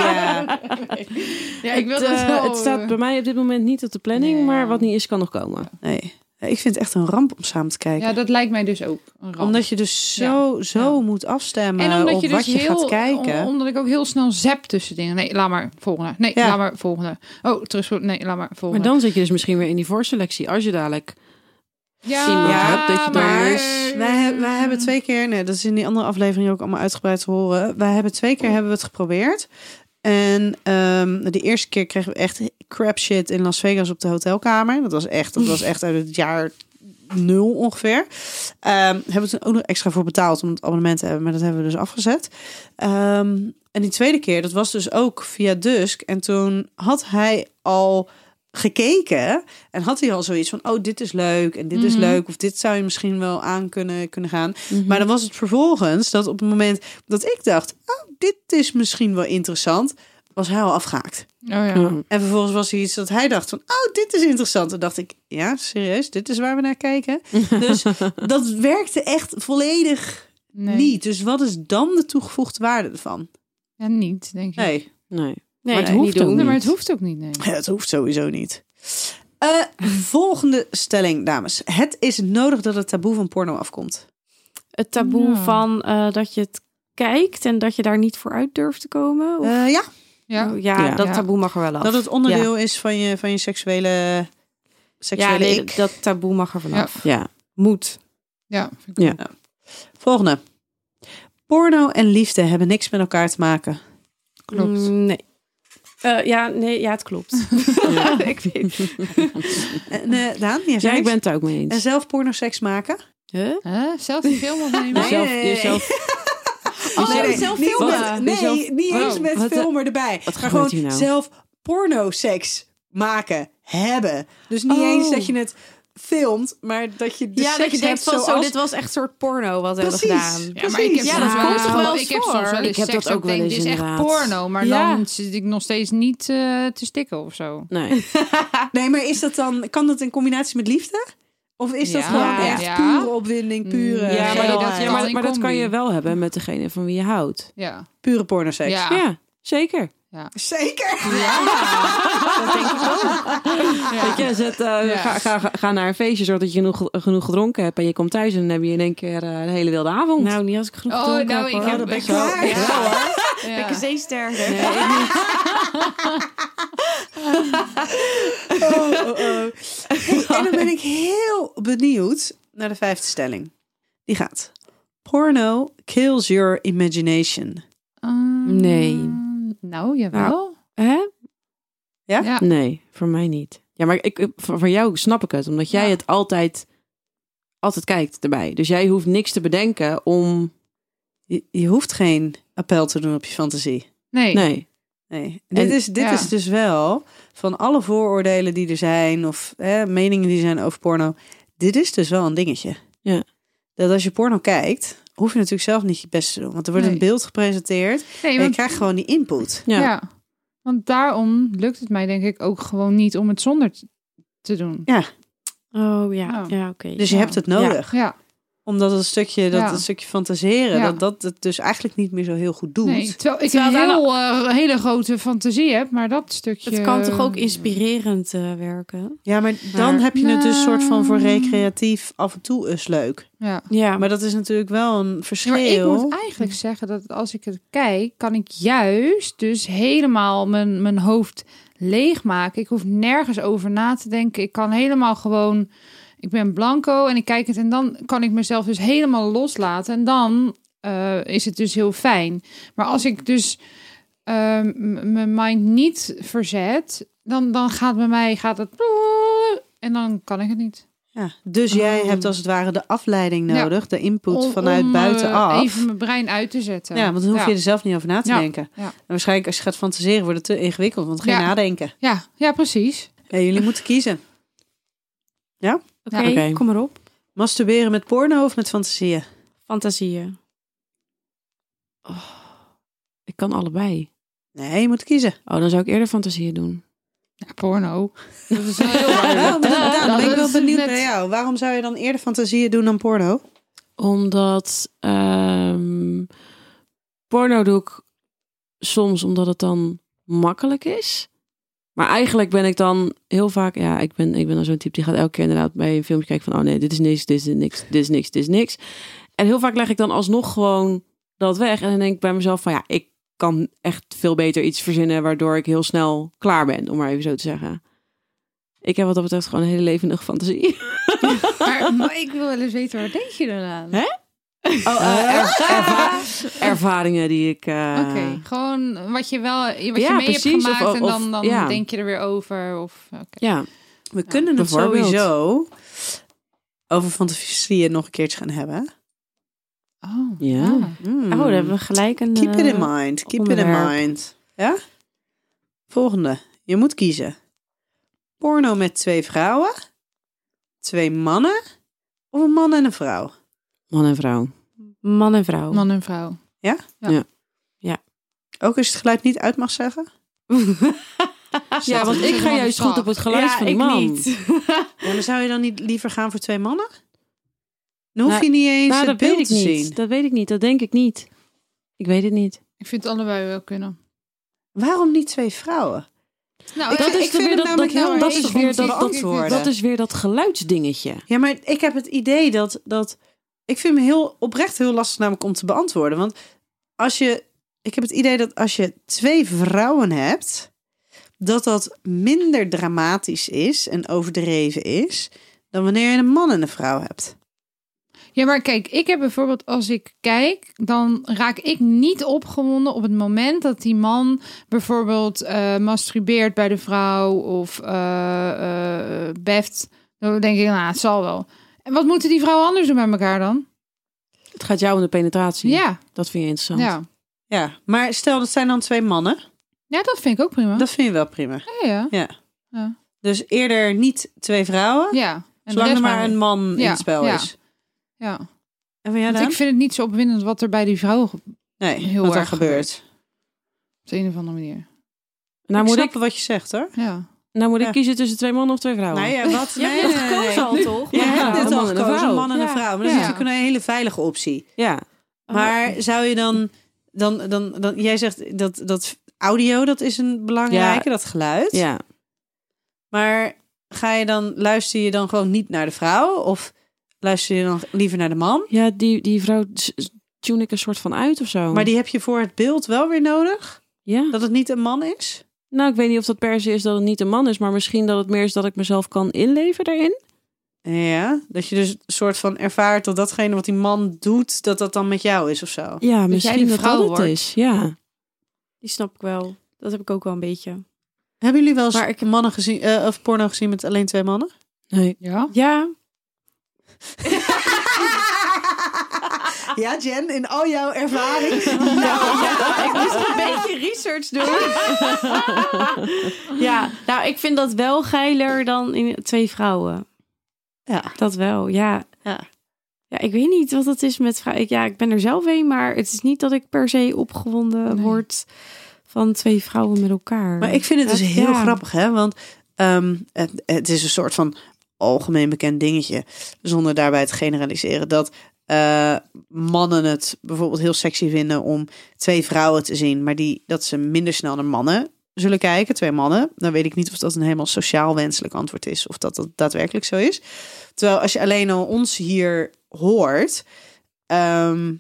[SPEAKER 3] Ja, ik wil
[SPEAKER 5] het,
[SPEAKER 3] dat
[SPEAKER 5] eh,
[SPEAKER 3] wel.
[SPEAKER 5] het staat bij mij op dit moment niet op de planning,
[SPEAKER 3] Nee.
[SPEAKER 5] maar wat niet is, kan nog komen.
[SPEAKER 4] Nee. Ik vind het echt een ramp om samen te kijken.
[SPEAKER 3] Ja, dat lijkt mij dus ook een ramp.
[SPEAKER 4] Omdat je dus zo, zo moet afstemmen
[SPEAKER 3] en omdat
[SPEAKER 4] op
[SPEAKER 3] je dus
[SPEAKER 4] wat je
[SPEAKER 3] heel,
[SPEAKER 4] gaat kijken.
[SPEAKER 3] om- omdat ik ook heel snel zap tussen dingen. Nee, laat maar volgende. Nee,
[SPEAKER 4] Ja.
[SPEAKER 3] laat maar volgende. Oh, terug. Nee, laat maar
[SPEAKER 5] Maar
[SPEAKER 3] volgende.
[SPEAKER 5] dan zit je dus misschien weer in die voorselectie. Als je dadelijk...
[SPEAKER 3] ja,
[SPEAKER 5] iemand hebt dat je dan-
[SPEAKER 3] maar-
[SPEAKER 4] Dus wij, he- wij hebben twee keer, nee, dat is in die andere aflevering ook allemaal uitgebreid te horen. Wij hebben twee keer hebben we het geprobeerd. En ehm, de eerste keer kregen we echt crap shit in Las Vegas op de hotelkamer. Dat was echt, dat was echt uit het jaar nul ongeveer. Ehm hebben we toen ook nog extra voor betaald om het abonnement te hebben, maar dat hebben we dus afgezet. Ehm, en die tweede keer, dat was dus ook via Dusk. En toen had hij al gekeken en had hij al zoiets van, oh, dit is leuk en dit is
[SPEAKER 3] Mhm.
[SPEAKER 4] leuk of dit zou je misschien wel aan kunnen, kunnen gaan. Maar dan was het vervolgens dat op het moment dat ik dacht, oh, dit is misschien wel interessant, was hij al afgehaakt.
[SPEAKER 3] Oh ja.
[SPEAKER 4] En vervolgens was er iets dat hij dacht van, oh, dit is interessant. En dacht ik, ja, serieus, dit is waar we naar kijken. dus dat werkte echt volledig
[SPEAKER 3] Nee.
[SPEAKER 4] niet. Dus wat is dan de toegevoegde waarde ervan?
[SPEAKER 3] Ja, niet, denk ik.
[SPEAKER 4] Nee,
[SPEAKER 5] Nee.
[SPEAKER 2] Nee,
[SPEAKER 5] Maar het
[SPEAKER 2] nee,
[SPEAKER 5] hoeft
[SPEAKER 2] niet
[SPEAKER 5] ook
[SPEAKER 2] doen.
[SPEAKER 3] Nee, maar
[SPEAKER 5] niet.
[SPEAKER 3] het hoeft ook niet, nee.
[SPEAKER 4] het hoeft sowieso niet. Eh, volgende stelling, dames. Het is nodig dat het taboe van porno afkomt.
[SPEAKER 2] Het taboe
[SPEAKER 3] Ja.
[SPEAKER 2] van eh, dat je het kijkt en dat je daar niet voor uit durft te komen. Of-
[SPEAKER 4] Eh, ja,
[SPEAKER 3] Ja.
[SPEAKER 2] Oh, ja,
[SPEAKER 4] Ja.
[SPEAKER 2] dat
[SPEAKER 3] Ja.
[SPEAKER 2] taboe mag er wel af.
[SPEAKER 4] dat het onderdeel is van je, van je seksuele, seksuele
[SPEAKER 2] ja, nee,
[SPEAKER 4] ik.
[SPEAKER 2] dat taboe mag er vanaf.
[SPEAKER 3] Ja.
[SPEAKER 5] Ja.
[SPEAKER 2] Moet.
[SPEAKER 3] Ja, vind ik
[SPEAKER 5] Ja.
[SPEAKER 4] Volgende. Porno en liefde hebben niks met elkaar te maken.
[SPEAKER 3] klopt.
[SPEAKER 2] Mm, nee. Eh, ja, nee, ja, het klopt.
[SPEAKER 5] (laughs) Ja.
[SPEAKER 2] (laughs) ik weet
[SPEAKER 4] En, eh, Daan, jij
[SPEAKER 5] ja,
[SPEAKER 4] zei
[SPEAKER 5] ik
[SPEAKER 4] niks.
[SPEAKER 5] ben het er ook mee
[SPEAKER 4] En
[SPEAKER 5] eens.
[SPEAKER 4] zelf porno-seks maken?
[SPEAKER 2] Huh?
[SPEAKER 3] Hè? Zelf die film opnemen.
[SPEAKER 4] Nee.
[SPEAKER 5] Jezelf, jezelf,
[SPEAKER 4] Dus
[SPEAKER 3] Oh,
[SPEAKER 5] Nee,
[SPEAKER 3] nee.
[SPEAKER 4] zelf
[SPEAKER 3] nee.
[SPEAKER 4] filmen.
[SPEAKER 3] Wat?
[SPEAKER 4] nee,
[SPEAKER 5] Jezelf-
[SPEAKER 4] niet
[SPEAKER 3] Wow.
[SPEAKER 4] eens met
[SPEAKER 5] Wat, eh,
[SPEAKER 4] filmer erbij. maar
[SPEAKER 5] wat gebeurt
[SPEAKER 4] gewoon
[SPEAKER 5] hier nou?
[SPEAKER 4] zelf porno-seks maken, hebben. Dus niet
[SPEAKER 5] Oh.
[SPEAKER 4] eens dat je het filmt, maar dat je de
[SPEAKER 2] Ja,
[SPEAKER 4] seks
[SPEAKER 2] dat je denkt
[SPEAKER 4] hebt
[SPEAKER 2] van zo,
[SPEAKER 4] zoals...
[SPEAKER 2] dit was echt een soort porno wat we hebben
[SPEAKER 4] Precies.
[SPEAKER 2] gedaan.
[SPEAKER 3] Ja, maar ik heb
[SPEAKER 4] Precies.
[SPEAKER 2] Ja, dat
[SPEAKER 3] soms wel-
[SPEAKER 2] komt toch wel eens
[SPEAKER 3] Ik heb soms
[SPEAKER 2] voor?
[SPEAKER 3] wel eens
[SPEAKER 5] Ik heb
[SPEAKER 3] seks
[SPEAKER 5] dat ook
[SPEAKER 3] ik denk,
[SPEAKER 5] wel
[SPEAKER 3] dit
[SPEAKER 5] eens,
[SPEAKER 3] is echt
[SPEAKER 5] inderdaad.
[SPEAKER 3] porno. Maar
[SPEAKER 2] Ja.
[SPEAKER 3] dan zit ik nog steeds niet eh, te stikken of zo.
[SPEAKER 5] nee.
[SPEAKER 4] Nee, maar is dat dan, kan dat in combinatie met liefde? Of is dat
[SPEAKER 3] Ja.
[SPEAKER 4] gewoon echt
[SPEAKER 3] Ja.
[SPEAKER 4] pure opwinding, pure,
[SPEAKER 3] Ja,
[SPEAKER 5] Ja, maar, dat,
[SPEAKER 3] Ja,
[SPEAKER 5] ja,
[SPEAKER 3] kan
[SPEAKER 5] maar,
[SPEAKER 3] in
[SPEAKER 5] maar dat kan
[SPEAKER 3] combi.
[SPEAKER 5] je wel hebben met degene van wie je houdt.
[SPEAKER 3] Ja.
[SPEAKER 4] pure porno-seks?
[SPEAKER 3] Ja.
[SPEAKER 5] Ja, zeker.
[SPEAKER 4] Zeker!
[SPEAKER 5] Weet je, zet, eh,
[SPEAKER 3] Ja.
[SPEAKER 5] ga, ga, ga- ga naar een feestje zodat je genoeg, genoeg gedronken hebt en je komt thuis en dan heb je in één keer eh, een hele wilde avond.
[SPEAKER 2] Nou, niet als ik genoeg
[SPEAKER 3] Oh,
[SPEAKER 2] gedronken
[SPEAKER 3] nou,
[SPEAKER 2] heb,
[SPEAKER 3] ik
[SPEAKER 2] hoor.
[SPEAKER 3] heb
[SPEAKER 2] Dat
[SPEAKER 3] ik
[SPEAKER 2] best
[SPEAKER 3] wel-
[SPEAKER 5] Oh,
[SPEAKER 2] wel.
[SPEAKER 4] klaar.
[SPEAKER 3] Ja, hoor.
[SPEAKER 2] Ik
[SPEAKER 3] Ja.
[SPEAKER 2] zeesterker.
[SPEAKER 4] Oh, oh, oh. Hey, en dan ben ik heel benieuwd naar de vijfde stelling. Die gaat. Porno kills your imagination.
[SPEAKER 3] Ehm,
[SPEAKER 5] Nee.
[SPEAKER 3] Nou, jawel.
[SPEAKER 5] Hè?
[SPEAKER 4] Ja?
[SPEAKER 3] Ja.
[SPEAKER 5] Nee, voor mij niet. Ja, maar ik, voor, voor jou snap ik het, omdat jij
[SPEAKER 3] Ja.
[SPEAKER 5] het altijd, altijd kijkt erbij. Dus jij hoeft niks te bedenken om.
[SPEAKER 4] Je, je hoeft geen appel te doen op je fantasie.
[SPEAKER 3] Nee.
[SPEAKER 5] Nee.
[SPEAKER 4] Nee.
[SPEAKER 5] En-
[SPEAKER 4] dit is, dit
[SPEAKER 3] ja.
[SPEAKER 4] is dus wel van alle vooroordelen die er zijn of hè, meningen die zijn over porno. Dit is dus wel een dingetje.
[SPEAKER 5] Ja.
[SPEAKER 4] Dat als je porno kijkt, hoef je natuurlijk zelf niet je best te doen. Want er wordt
[SPEAKER 3] Nee.
[SPEAKER 4] een beeld gepresenteerd
[SPEAKER 3] Nee,
[SPEAKER 4] en je
[SPEAKER 3] want,
[SPEAKER 4] krijgt gewoon die input.
[SPEAKER 5] Ja.
[SPEAKER 3] ja. Want daarom lukt het mij denk ik ook gewoon niet om het zonder t- te doen.
[SPEAKER 2] Oh ja,
[SPEAKER 3] Ja.
[SPEAKER 2] ja oké.
[SPEAKER 4] Dus je
[SPEAKER 3] Ja.
[SPEAKER 4] hebt het nodig.
[SPEAKER 3] Ja.
[SPEAKER 4] Omdat het stukje, dat
[SPEAKER 3] Ja.
[SPEAKER 4] het stukje fantaseren,
[SPEAKER 3] Ja.
[SPEAKER 4] dat dat het dus eigenlijk niet meer zo heel goed doet.
[SPEAKER 3] Nee. Terwijl ik
[SPEAKER 2] Terwijl
[SPEAKER 3] een
[SPEAKER 2] het
[SPEAKER 3] heel, eh, hele grote fantasie heb, maar dat stukje...
[SPEAKER 2] Het kan toch ook inspirerend eh, werken?
[SPEAKER 4] Ja, maar dan
[SPEAKER 2] Maar-
[SPEAKER 4] heb je het dus soort van voor
[SPEAKER 3] Nou.
[SPEAKER 4] recreatief af en toe is leuk.
[SPEAKER 3] Ja.
[SPEAKER 2] Ja,
[SPEAKER 4] Maar dat is natuurlijk wel een
[SPEAKER 3] Ja, maar ik
[SPEAKER 4] verschil.
[SPEAKER 3] moet eigenlijk zeggen dat als ik het kijk, kan ik juist dus helemaal mijn, mijn hoofd leegmaken. Ik hoef nergens over na te denken. Ik kan helemaal gewoon, ik ben blanco en ik kijk het en dan kan ik mezelf dus helemaal loslaten. En dan eh, is het dus heel fijn. Maar als ik dus eh, m- mijn mind niet verzet, dan, dan gaat bij mij gaat het en dan kan ik het niet.
[SPEAKER 4] Ja, dus jij hebt als het ware de afleiding
[SPEAKER 3] Oh. Ja.
[SPEAKER 4] nodig, de input
[SPEAKER 3] Om-
[SPEAKER 4] vanuit
[SPEAKER 3] om, eh,
[SPEAKER 4] buitenaf.
[SPEAKER 3] Even mijn brein uit te zetten.
[SPEAKER 4] ja, want dan hoef je er zelf niet over na te
[SPEAKER 3] Ja.
[SPEAKER 4] denken.
[SPEAKER 3] Ja.
[SPEAKER 4] En waarschijnlijk als je gaat fantaseren wordt het te ingewikkeld, want dan ga je
[SPEAKER 3] Ja.
[SPEAKER 4] nadenken.
[SPEAKER 3] ja, ja, precies.
[SPEAKER 4] Ja, jullie moeten kiezen.
[SPEAKER 2] oké,
[SPEAKER 5] Ja, oké.
[SPEAKER 2] kom maar op.
[SPEAKER 4] Masturberen met porno of met fantasieën?
[SPEAKER 2] Fantasieën.
[SPEAKER 5] Ik kan allebei.
[SPEAKER 4] Nee, je moet kiezen.
[SPEAKER 5] Oh, dan zou ik eerder fantasieën doen.
[SPEAKER 3] Ja, porno. Dat is wel (laughs) heel
[SPEAKER 4] Ja,
[SPEAKER 3] makkelijk.
[SPEAKER 4] dan
[SPEAKER 3] Dat
[SPEAKER 4] ben ik Oh, wel
[SPEAKER 3] is
[SPEAKER 4] benieuwd
[SPEAKER 3] net-
[SPEAKER 4] naar jou. Waarom zou je dan eerder fantasieën doen dan porno?
[SPEAKER 5] Omdat ehm, porno doe ik soms omdat het dan makkelijk is. Maar eigenlijk ben ik dan heel vaak, ja, ik ben, ik ben dan zo'n type die gaat elke keer inderdaad bij een filmpje kijken van, oh nee, dit is niks, dit is niks, dit is niks, dit is niks. En heel vaak leg ik dan alsnog gewoon dat weg. En dan denk ik bij mezelf van, ja, ik kan echt veel beter iets verzinnen waardoor ik heel snel klaar ben, om maar even zo te zeggen. Ik heb wat dat betreft gewoon een hele levendige (laughs) fantasie.
[SPEAKER 3] Maar, maar ik wil wel eens weten, waar denk je dan aan? Ah.
[SPEAKER 5] Hè? Oh, eh, er- erva- ervaringen die ik. eh,
[SPEAKER 3] Oké, gewoon wat je wel wat je
[SPEAKER 5] Ja,
[SPEAKER 3] mee
[SPEAKER 5] precies,
[SPEAKER 3] hebt
[SPEAKER 5] of-
[SPEAKER 3] gemaakt en
[SPEAKER 5] of-
[SPEAKER 3] dan, dan
[SPEAKER 5] ja.
[SPEAKER 3] denk je er weer over. Of, oké.
[SPEAKER 5] Ja,
[SPEAKER 4] We kunnen het
[SPEAKER 5] bijvoorbeeld.
[SPEAKER 4] sowieso over fantasieën nog een keertje gaan hebben.
[SPEAKER 3] Oh,
[SPEAKER 5] Ja.
[SPEAKER 4] Hmm.
[SPEAKER 2] Oh, dan hebben we gelijk een...
[SPEAKER 4] Keep it
[SPEAKER 2] eh,
[SPEAKER 4] in mind. Keep it in
[SPEAKER 2] onderwerp.
[SPEAKER 4] mind. Ja? Volgende. Je moet kiezen. Porno met twee vrouwen, twee mannen of een man en een vrouw.
[SPEAKER 5] man en vrouw.
[SPEAKER 2] Man en vrouw.
[SPEAKER 3] Man en vrouw.
[SPEAKER 4] Ook als je het geluid niet uit mag zeggen.
[SPEAKER 5] Ja, want ik ga juist goed op het geluid
[SPEAKER 2] ja,
[SPEAKER 5] van die
[SPEAKER 2] ik
[SPEAKER 5] man.
[SPEAKER 2] niet.
[SPEAKER 4] Ja, maar zou je dan niet liever gaan voor twee mannen? Dan hoef
[SPEAKER 5] Nou,
[SPEAKER 4] je niet eens
[SPEAKER 5] Nou,
[SPEAKER 4] het
[SPEAKER 5] dat weet
[SPEAKER 4] beeld
[SPEAKER 5] ik
[SPEAKER 4] te zien.
[SPEAKER 5] niet. Dat weet ik niet. Dat denk ik niet. Ik weet het niet.
[SPEAKER 3] Ik vind het allebei wel kunnen.
[SPEAKER 4] Waarom niet twee vrouwen?
[SPEAKER 3] Nou,
[SPEAKER 4] Ik-
[SPEAKER 3] ja,
[SPEAKER 4] Oh, dat
[SPEAKER 3] ik
[SPEAKER 4] is
[SPEAKER 3] vind
[SPEAKER 4] weer
[SPEAKER 3] het
[SPEAKER 4] dat-
[SPEAKER 3] namelijk
[SPEAKER 4] dat-
[SPEAKER 3] heel
[SPEAKER 4] dat
[SPEAKER 3] erg
[SPEAKER 4] is weer
[SPEAKER 3] om te
[SPEAKER 4] dat- dat-
[SPEAKER 3] beantwoorden.
[SPEAKER 4] dat
[SPEAKER 5] Dat is weer dat geluidsdingetje.
[SPEAKER 4] Ja, maar ik heb het idee dat, dat... Ik vind me heel oprecht heel lastig namelijk om te beantwoorden. Want als je... Ik heb het idee dat als je twee vrouwen hebt... dat dat minder dramatisch is en overdreven is... dan wanneer je een man en een vrouw hebt.
[SPEAKER 3] Ja, maar kijk, ik heb bijvoorbeeld als ik kijk, dan raak ik niet opgewonden op het moment dat die man bijvoorbeeld eh, masturbeert bij de vrouw of eh, eh, beft. Dan denk ik, nou, het zal wel. En wat moeten die vrouwen anders doen bij elkaar dan?
[SPEAKER 5] Het gaat jou om de penetratie.
[SPEAKER 3] Ja,
[SPEAKER 5] Dat vind je interessant.
[SPEAKER 3] ja.
[SPEAKER 4] Ja, maar stel dat zijn dan twee mannen.
[SPEAKER 3] ja, dat vind ik ook prima.
[SPEAKER 4] Dat vind je wel prima.
[SPEAKER 3] Ja, ja.
[SPEAKER 4] Dus eerder niet twee vrouwen...
[SPEAKER 3] ja. En de
[SPEAKER 4] zolang
[SPEAKER 3] rest
[SPEAKER 4] er maar een man in
[SPEAKER 3] Ja,
[SPEAKER 4] het spel
[SPEAKER 3] ja.
[SPEAKER 4] is.
[SPEAKER 3] Ja,
[SPEAKER 4] En van jou
[SPEAKER 3] want
[SPEAKER 4] dan?
[SPEAKER 3] ik vind het niet zo opwindend wat er bij die vrouw ge-
[SPEAKER 4] Nee,
[SPEAKER 3] heel
[SPEAKER 4] wat er
[SPEAKER 3] erg
[SPEAKER 4] gebeurt.
[SPEAKER 3] op de een of andere manier.
[SPEAKER 5] Nou,
[SPEAKER 4] ik
[SPEAKER 5] moet
[SPEAKER 4] snap
[SPEAKER 5] ik,
[SPEAKER 4] wat je zegt hoor.
[SPEAKER 3] Ja.
[SPEAKER 5] nou moet ik
[SPEAKER 4] Ja.
[SPEAKER 5] kiezen tussen twee mannen of twee vrouwen.
[SPEAKER 4] Nou ja, wat?
[SPEAKER 5] Jij hebt het gekozen al, toch?
[SPEAKER 4] Je
[SPEAKER 5] Man en
[SPEAKER 4] hebt
[SPEAKER 5] vrouw,
[SPEAKER 4] net
[SPEAKER 5] man
[SPEAKER 4] al
[SPEAKER 5] en een
[SPEAKER 4] gekozen, een
[SPEAKER 5] vrouw.
[SPEAKER 4] man en een
[SPEAKER 5] Ja.
[SPEAKER 4] vrouw. Maar dat is
[SPEAKER 3] Ja.
[SPEAKER 4] natuurlijk een hele veilige optie.
[SPEAKER 5] Ja.
[SPEAKER 4] Maar zou je dan... dan, dan, dan jij zegt dat, dat audio, dat is een belangrijke, dat geluid.
[SPEAKER 5] ja.
[SPEAKER 4] Maar ga je dan, luister je dan gewoon niet naar de vrouw? Of luister je dan liever naar de man?
[SPEAKER 5] Ja, die, die vrouw s- s- tune ik een soort van uit of zo.
[SPEAKER 4] Maar die heb je voor het beeld wel weer nodig?
[SPEAKER 5] ja.
[SPEAKER 4] Dat het niet een man is?
[SPEAKER 5] Nou, ik weet niet of dat per se is dat het niet een man is, maar misschien dat het meer is dat ik mezelf kan inleven daarin.
[SPEAKER 4] Ja, dat je dus een soort van ervaart dat datgene wat die man doet, dat dat dan met jou is of zo.
[SPEAKER 5] Ja,
[SPEAKER 2] jij
[SPEAKER 5] misschien
[SPEAKER 2] de
[SPEAKER 5] dat
[SPEAKER 2] vrouw
[SPEAKER 5] dat het
[SPEAKER 2] wordt.
[SPEAKER 5] is. Ja.
[SPEAKER 2] Die snap ik wel. Dat heb ik ook wel een beetje.
[SPEAKER 4] Hebben jullie wel eens
[SPEAKER 2] Maar
[SPEAKER 4] ik... mannen gezien, eh, of porno gezien met alleen twee mannen?
[SPEAKER 5] Nee.
[SPEAKER 4] (laughs)
[SPEAKER 3] Ja.
[SPEAKER 2] Ja,
[SPEAKER 4] ja, Jen, in al jouw ervaring. (laughs) Nou,
[SPEAKER 2] ik moest een beetje research doen. (laughs) ja, nou, ik vind dat wel geiler dan in twee vrouwen.
[SPEAKER 4] Ja.
[SPEAKER 2] Dat wel, ja.
[SPEAKER 4] Ja.
[SPEAKER 2] Ja, ik weet niet wat het is met vrouwen. Ja, ik ben er zelf een, maar het is niet dat ik per se opgewonden
[SPEAKER 3] Nee.
[SPEAKER 2] word van twee vrouwen met elkaar.
[SPEAKER 4] Maar ik vind het dus
[SPEAKER 2] Ja.
[SPEAKER 4] heel grappig, hè? Want ehm, het, het is een soort van algemeen bekend dingetje, zonder daarbij te generaliseren, dat eh, mannen het bijvoorbeeld heel sexy vinden om twee vrouwen te zien, maar die, dat ze minder snel naar mannen zullen kijken, twee mannen. Dan weet ik niet of dat een helemaal sociaal wenselijk antwoord is, of dat dat daadwerkelijk zo is. Terwijl als je alleen al ons hier hoort, ehm,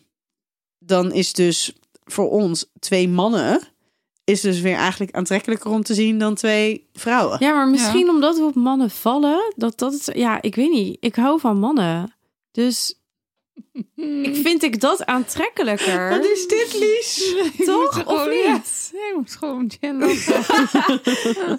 [SPEAKER 4] dan is dus voor ons twee mannen is dus weer eigenlijk aantrekkelijker om te zien dan twee vrouwen.
[SPEAKER 2] Ja, maar misschien omdat we op mannen vallen, dat dat het, ja, ik weet niet. Ik hou van mannen. Dus
[SPEAKER 3] (laughs)
[SPEAKER 2] ik vind ik dat aantrekkelijker.
[SPEAKER 4] is dit, Lies?
[SPEAKER 2] (laughs) Toch? Of niet?
[SPEAKER 3] Nee, ik moet gewoon
[SPEAKER 4] (laughs)
[SPEAKER 3] Jen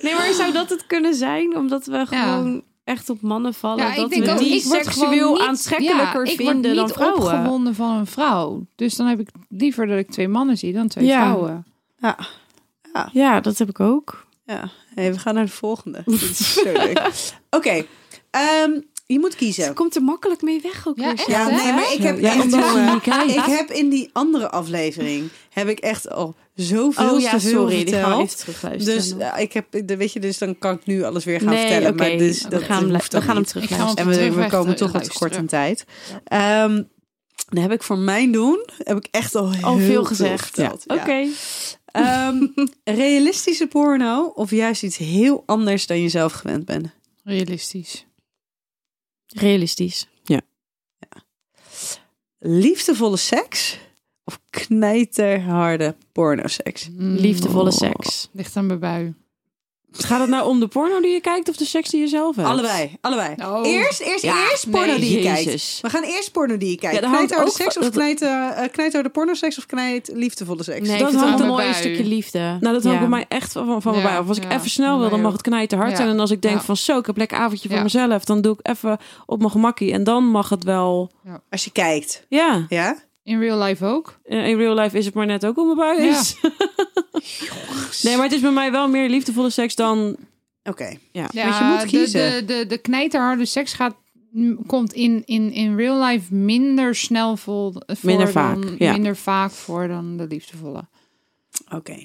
[SPEAKER 2] Nee, maar zou dat het kunnen zijn? Omdat we
[SPEAKER 3] Ja.
[SPEAKER 2] gewoon echt op mannen vallen.
[SPEAKER 3] Ja, ik
[SPEAKER 2] dat
[SPEAKER 3] denk
[SPEAKER 2] we
[SPEAKER 3] ook,
[SPEAKER 2] die
[SPEAKER 3] ik word
[SPEAKER 2] seksueel
[SPEAKER 3] gewoon niet-
[SPEAKER 2] aantrekkelijker
[SPEAKER 3] ja,
[SPEAKER 2] vinden
[SPEAKER 3] ik word
[SPEAKER 2] dan
[SPEAKER 3] niet
[SPEAKER 2] vrouwen.
[SPEAKER 3] opgewonden van een vrouw. Dus dan heb ik liever dat ik twee mannen zie dan twee
[SPEAKER 2] Ja.
[SPEAKER 3] vrouwen.
[SPEAKER 4] Ja.
[SPEAKER 2] Ja, dat heb ik ook.
[SPEAKER 4] ja. Hey, we gaan naar de (laughs) volgende. Dit is zo leuk. Oké, ehm, je moet
[SPEAKER 2] Ze
[SPEAKER 4] kiezen.
[SPEAKER 2] komt er makkelijk mee weg ook
[SPEAKER 3] Ja,
[SPEAKER 2] weer.
[SPEAKER 3] echt,
[SPEAKER 2] Ja,
[SPEAKER 4] Ja,
[SPEAKER 3] hè?
[SPEAKER 4] nee, maar ik heb
[SPEAKER 5] Ja,
[SPEAKER 4] echt...
[SPEAKER 5] omdat ze
[SPEAKER 4] jongen,
[SPEAKER 5] niet kijkt.
[SPEAKER 4] ik heb in die andere aflevering heb ik echt al zoveel
[SPEAKER 2] oh ja,
[SPEAKER 4] te veel
[SPEAKER 2] sorry. Die gaan we
[SPEAKER 4] verteld.
[SPEAKER 2] even terugluisteren.
[SPEAKER 4] Dus eh, ik heb, de- weet je, dus dan kan ik nu alles weer gaan
[SPEAKER 2] Nee,
[SPEAKER 4] vertellen.
[SPEAKER 2] oké.
[SPEAKER 4] Maar dus,
[SPEAKER 2] We
[SPEAKER 4] dat
[SPEAKER 2] gaan hem-
[SPEAKER 4] hoeft dan
[SPEAKER 2] we gaan hem
[SPEAKER 4] niet.
[SPEAKER 2] terug- eh,
[SPEAKER 3] Ik ga hem
[SPEAKER 4] En we, we
[SPEAKER 3] terug
[SPEAKER 4] komen
[SPEAKER 3] weg-
[SPEAKER 4] toch wat
[SPEAKER 3] luisteren.
[SPEAKER 4] tekort aan tijd. Ehm, dan heb ik voor mijn doen, heb ik echt al heel
[SPEAKER 2] Al veel gezegd.
[SPEAKER 4] verteld. Ja.
[SPEAKER 2] Oké.
[SPEAKER 4] Ehm, realistische porno of juist iets heel anders dan je zelf gewend bent?
[SPEAKER 3] Realistisch.
[SPEAKER 2] Realistisch.
[SPEAKER 4] Liefdevolle seks of knijterharde pornoseks?
[SPEAKER 2] Liefdevolle
[SPEAKER 5] Oh.
[SPEAKER 2] seks.
[SPEAKER 3] Hmm. Ligt aan mijn bui.
[SPEAKER 5] Gaat het nou om de porno die je kijkt of de seks die je zelf hebt?
[SPEAKER 4] Allebei, allebei.
[SPEAKER 3] Oh.
[SPEAKER 4] Eerst, eerst,
[SPEAKER 5] Ja,
[SPEAKER 4] eerst porno
[SPEAKER 5] nee,
[SPEAKER 4] die je kijkt.
[SPEAKER 5] Jezus.
[SPEAKER 4] We gaan eerst porno die je kijkt.
[SPEAKER 5] Ja, daar hangt
[SPEAKER 4] knijterharde
[SPEAKER 5] ook
[SPEAKER 4] seks
[SPEAKER 5] van-
[SPEAKER 4] of
[SPEAKER 5] dat-
[SPEAKER 4] knijt, eh eh, knijterharde pornoseks of knijt liefdevolle seks?
[SPEAKER 2] Nee, dat
[SPEAKER 5] Dat
[SPEAKER 2] ik vind het
[SPEAKER 5] hangt
[SPEAKER 2] ook
[SPEAKER 5] er
[SPEAKER 2] een
[SPEAKER 3] mooi
[SPEAKER 2] mooi
[SPEAKER 3] bij.
[SPEAKER 2] stukje liefde.
[SPEAKER 5] Nou, dat hangt
[SPEAKER 2] Ja.
[SPEAKER 5] bij mij echt van, van
[SPEAKER 3] Ja,
[SPEAKER 5] mij af. Als ik
[SPEAKER 3] ja,
[SPEAKER 5] even snel wil,
[SPEAKER 3] mij
[SPEAKER 5] dan mag
[SPEAKER 3] ook.
[SPEAKER 5] het knijten hard
[SPEAKER 3] Ja.
[SPEAKER 5] zijn. En als ik denk
[SPEAKER 3] Ja.
[SPEAKER 5] van zo, ik heb lekker avondje voor
[SPEAKER 3] Ja.
[SPEAKER 5] mezelf. Dan doe ik even op mijn gemakkie. En dan mag het wel...
[SPEAKER 4] Als je kijkt,
[SPEAKER 5] Ja,
[SPEAKER 4] ja?
[SPEAKER 3] In real life ook.
[SPEAKER 5] Eh, in real life is het maar net ook om mijn bui
[SPEAKER 3] Ja.
[SPEAKER 5] is. nee, maar het is bij mij wel meer liefdevolle seks dan...
[SPEAKER 4] Oké.
[SPEAKER 3] Ja,
[SPEAKER 4] je moet
[SPEAKER 3] de-
[SPEAKER 4] kiezen.
[SPEAKER 3] De, de, de, knijterharde seks gaat, m, komt in, in, in real life minder snel vol, voor
[SPEAKER 5] Minder vaak,
[SPEAKER 3] dan,
[SPEAKER 5] ja.
[SPEAKER 3] minder vaak voor dan de liefdevolle.
[SPEAKER 4] Oké.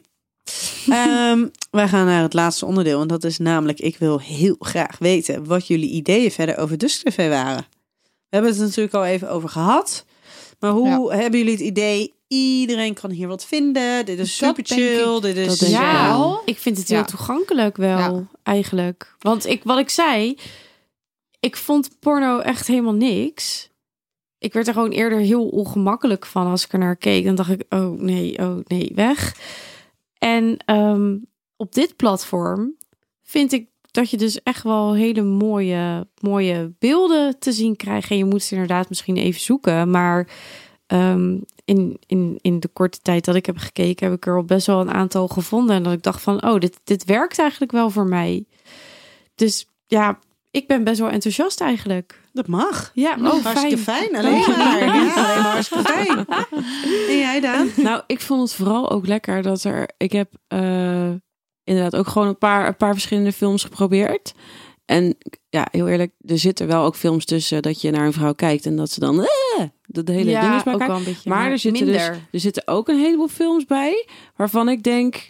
[SPEAKER 4] Ehm, wij gaan naar het laatste onderdeel. En dat is namelijk, ik wil heel graag weten wat jullie ideeën verder over Dusk TV waren. We hebben het er natuurlijk al even over gehad. Maar hoe hebben jullie het idee, iedereen kan hier wat vinden. Dit is
[SPEAKER 3] Dat
[SPEAKER 4] super
[SPEAKER 3] denk ik.
[SPEAKER 4] chill. Dit
[SPEAKER 5] Dat
[SPEAKER 4] is...
[SPEAKER 5] denk ik
[SPEAKER 3] Ja,
[SPEAKER 5] wel.
[SPEAKER 3] hoor.
[SPEAKER 2] Ik vind het
[SPEAKER 3] Ja.
[SPEAKER 2] heel toegankelijk wel, eigenlijk. Want ik, wat ik zei, ik vond porno echt helemaal niks. Ik werd er gewoon eerder heel ongemakkelijk van als ik er naar keek. Dan dacht ik, oh nee, oh nee, weg. En ehm, op dit platform vind ik dat je dus echt wel hele mooie, mooie beelden te zien krijgt. En je moet ze inderdaad misschien even zoeken. Maar ehm, in, in, in de korte tijd dat ik heb gekeken, heb ik er al best wel een aantal gevonden. En dat ik dacht van, oh, dit, dit werkt eigenlijk wel voor mij. Dus ja, ik ben best wel enthousiast eigenlijk.
[SPEAKER 4] Dat mag.
[SPEAKER 2] Ja, oh, fijn.
[SPEAKER 4] hartstikke fijn. Alleen maar. Ja, alleen maar
[SPEAKER 3] (laughs)
[SPEAKER 4] hartstikke fijn. En jij Daan?
[SPEAKER 5] Nou, ik vond het vooral ook lekker dat er. Ik heb eh, inderdaad ook gewoon een paar, een paar verschillende films geprobeerd. En ja, heel eerlijk, er zitten wel ook films tussen dat je naar een vrouw kijkt en dat ze dan. eh, dat de hele
[SPEAKER 2] ja,
[SPEAKER 5] ding is bij
[SPEAKER 2] ook
[SPEAKER 5] elkaar.
[SPEAKER 2] wel een beetje.
[SPEAKER 5] maar er zitten, dus,
[SPEAKER 2] minder.
[SPEAKER 5] er zitten ook een heleboel films bij waarvan ik denk.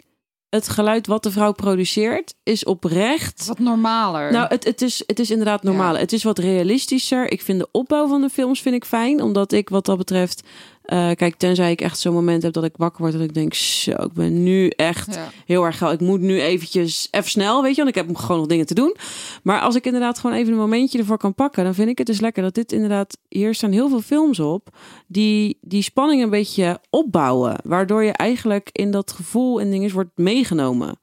[SPEAKER 5] Het geluid wat de vrouw produceert is oprecht.
[SPEAKER 3] is wat normaler.
[SPEAKER 5] Nou, het, het, is, het is inderdaad normaal. Het is wat realistischer. Ik vind de opbouw van de films vind ik fijn. Omdat ik wat dat betreft... eh, kijk, tenzij ik echt zo'n moment heb dat ik wakker word... dat ik denk, zo, ik ben nu echt
[SPEAKER 3] Ja.
[SPEAKER 5] heel erg geil. Ik moet nu eventjes even snel, oh, weet je, want ik heb gewoon nog dingen te doen. Maar als ik inderdaad gewoon even een momentje ervoor kan pakken, dan vind ik het dus lekker dat dit inderdaad hier staan heel veel films op die die spanning een beetje opbouwen, waardoor je eigenlijk in dat gevoel en dinges wordt meegenomen.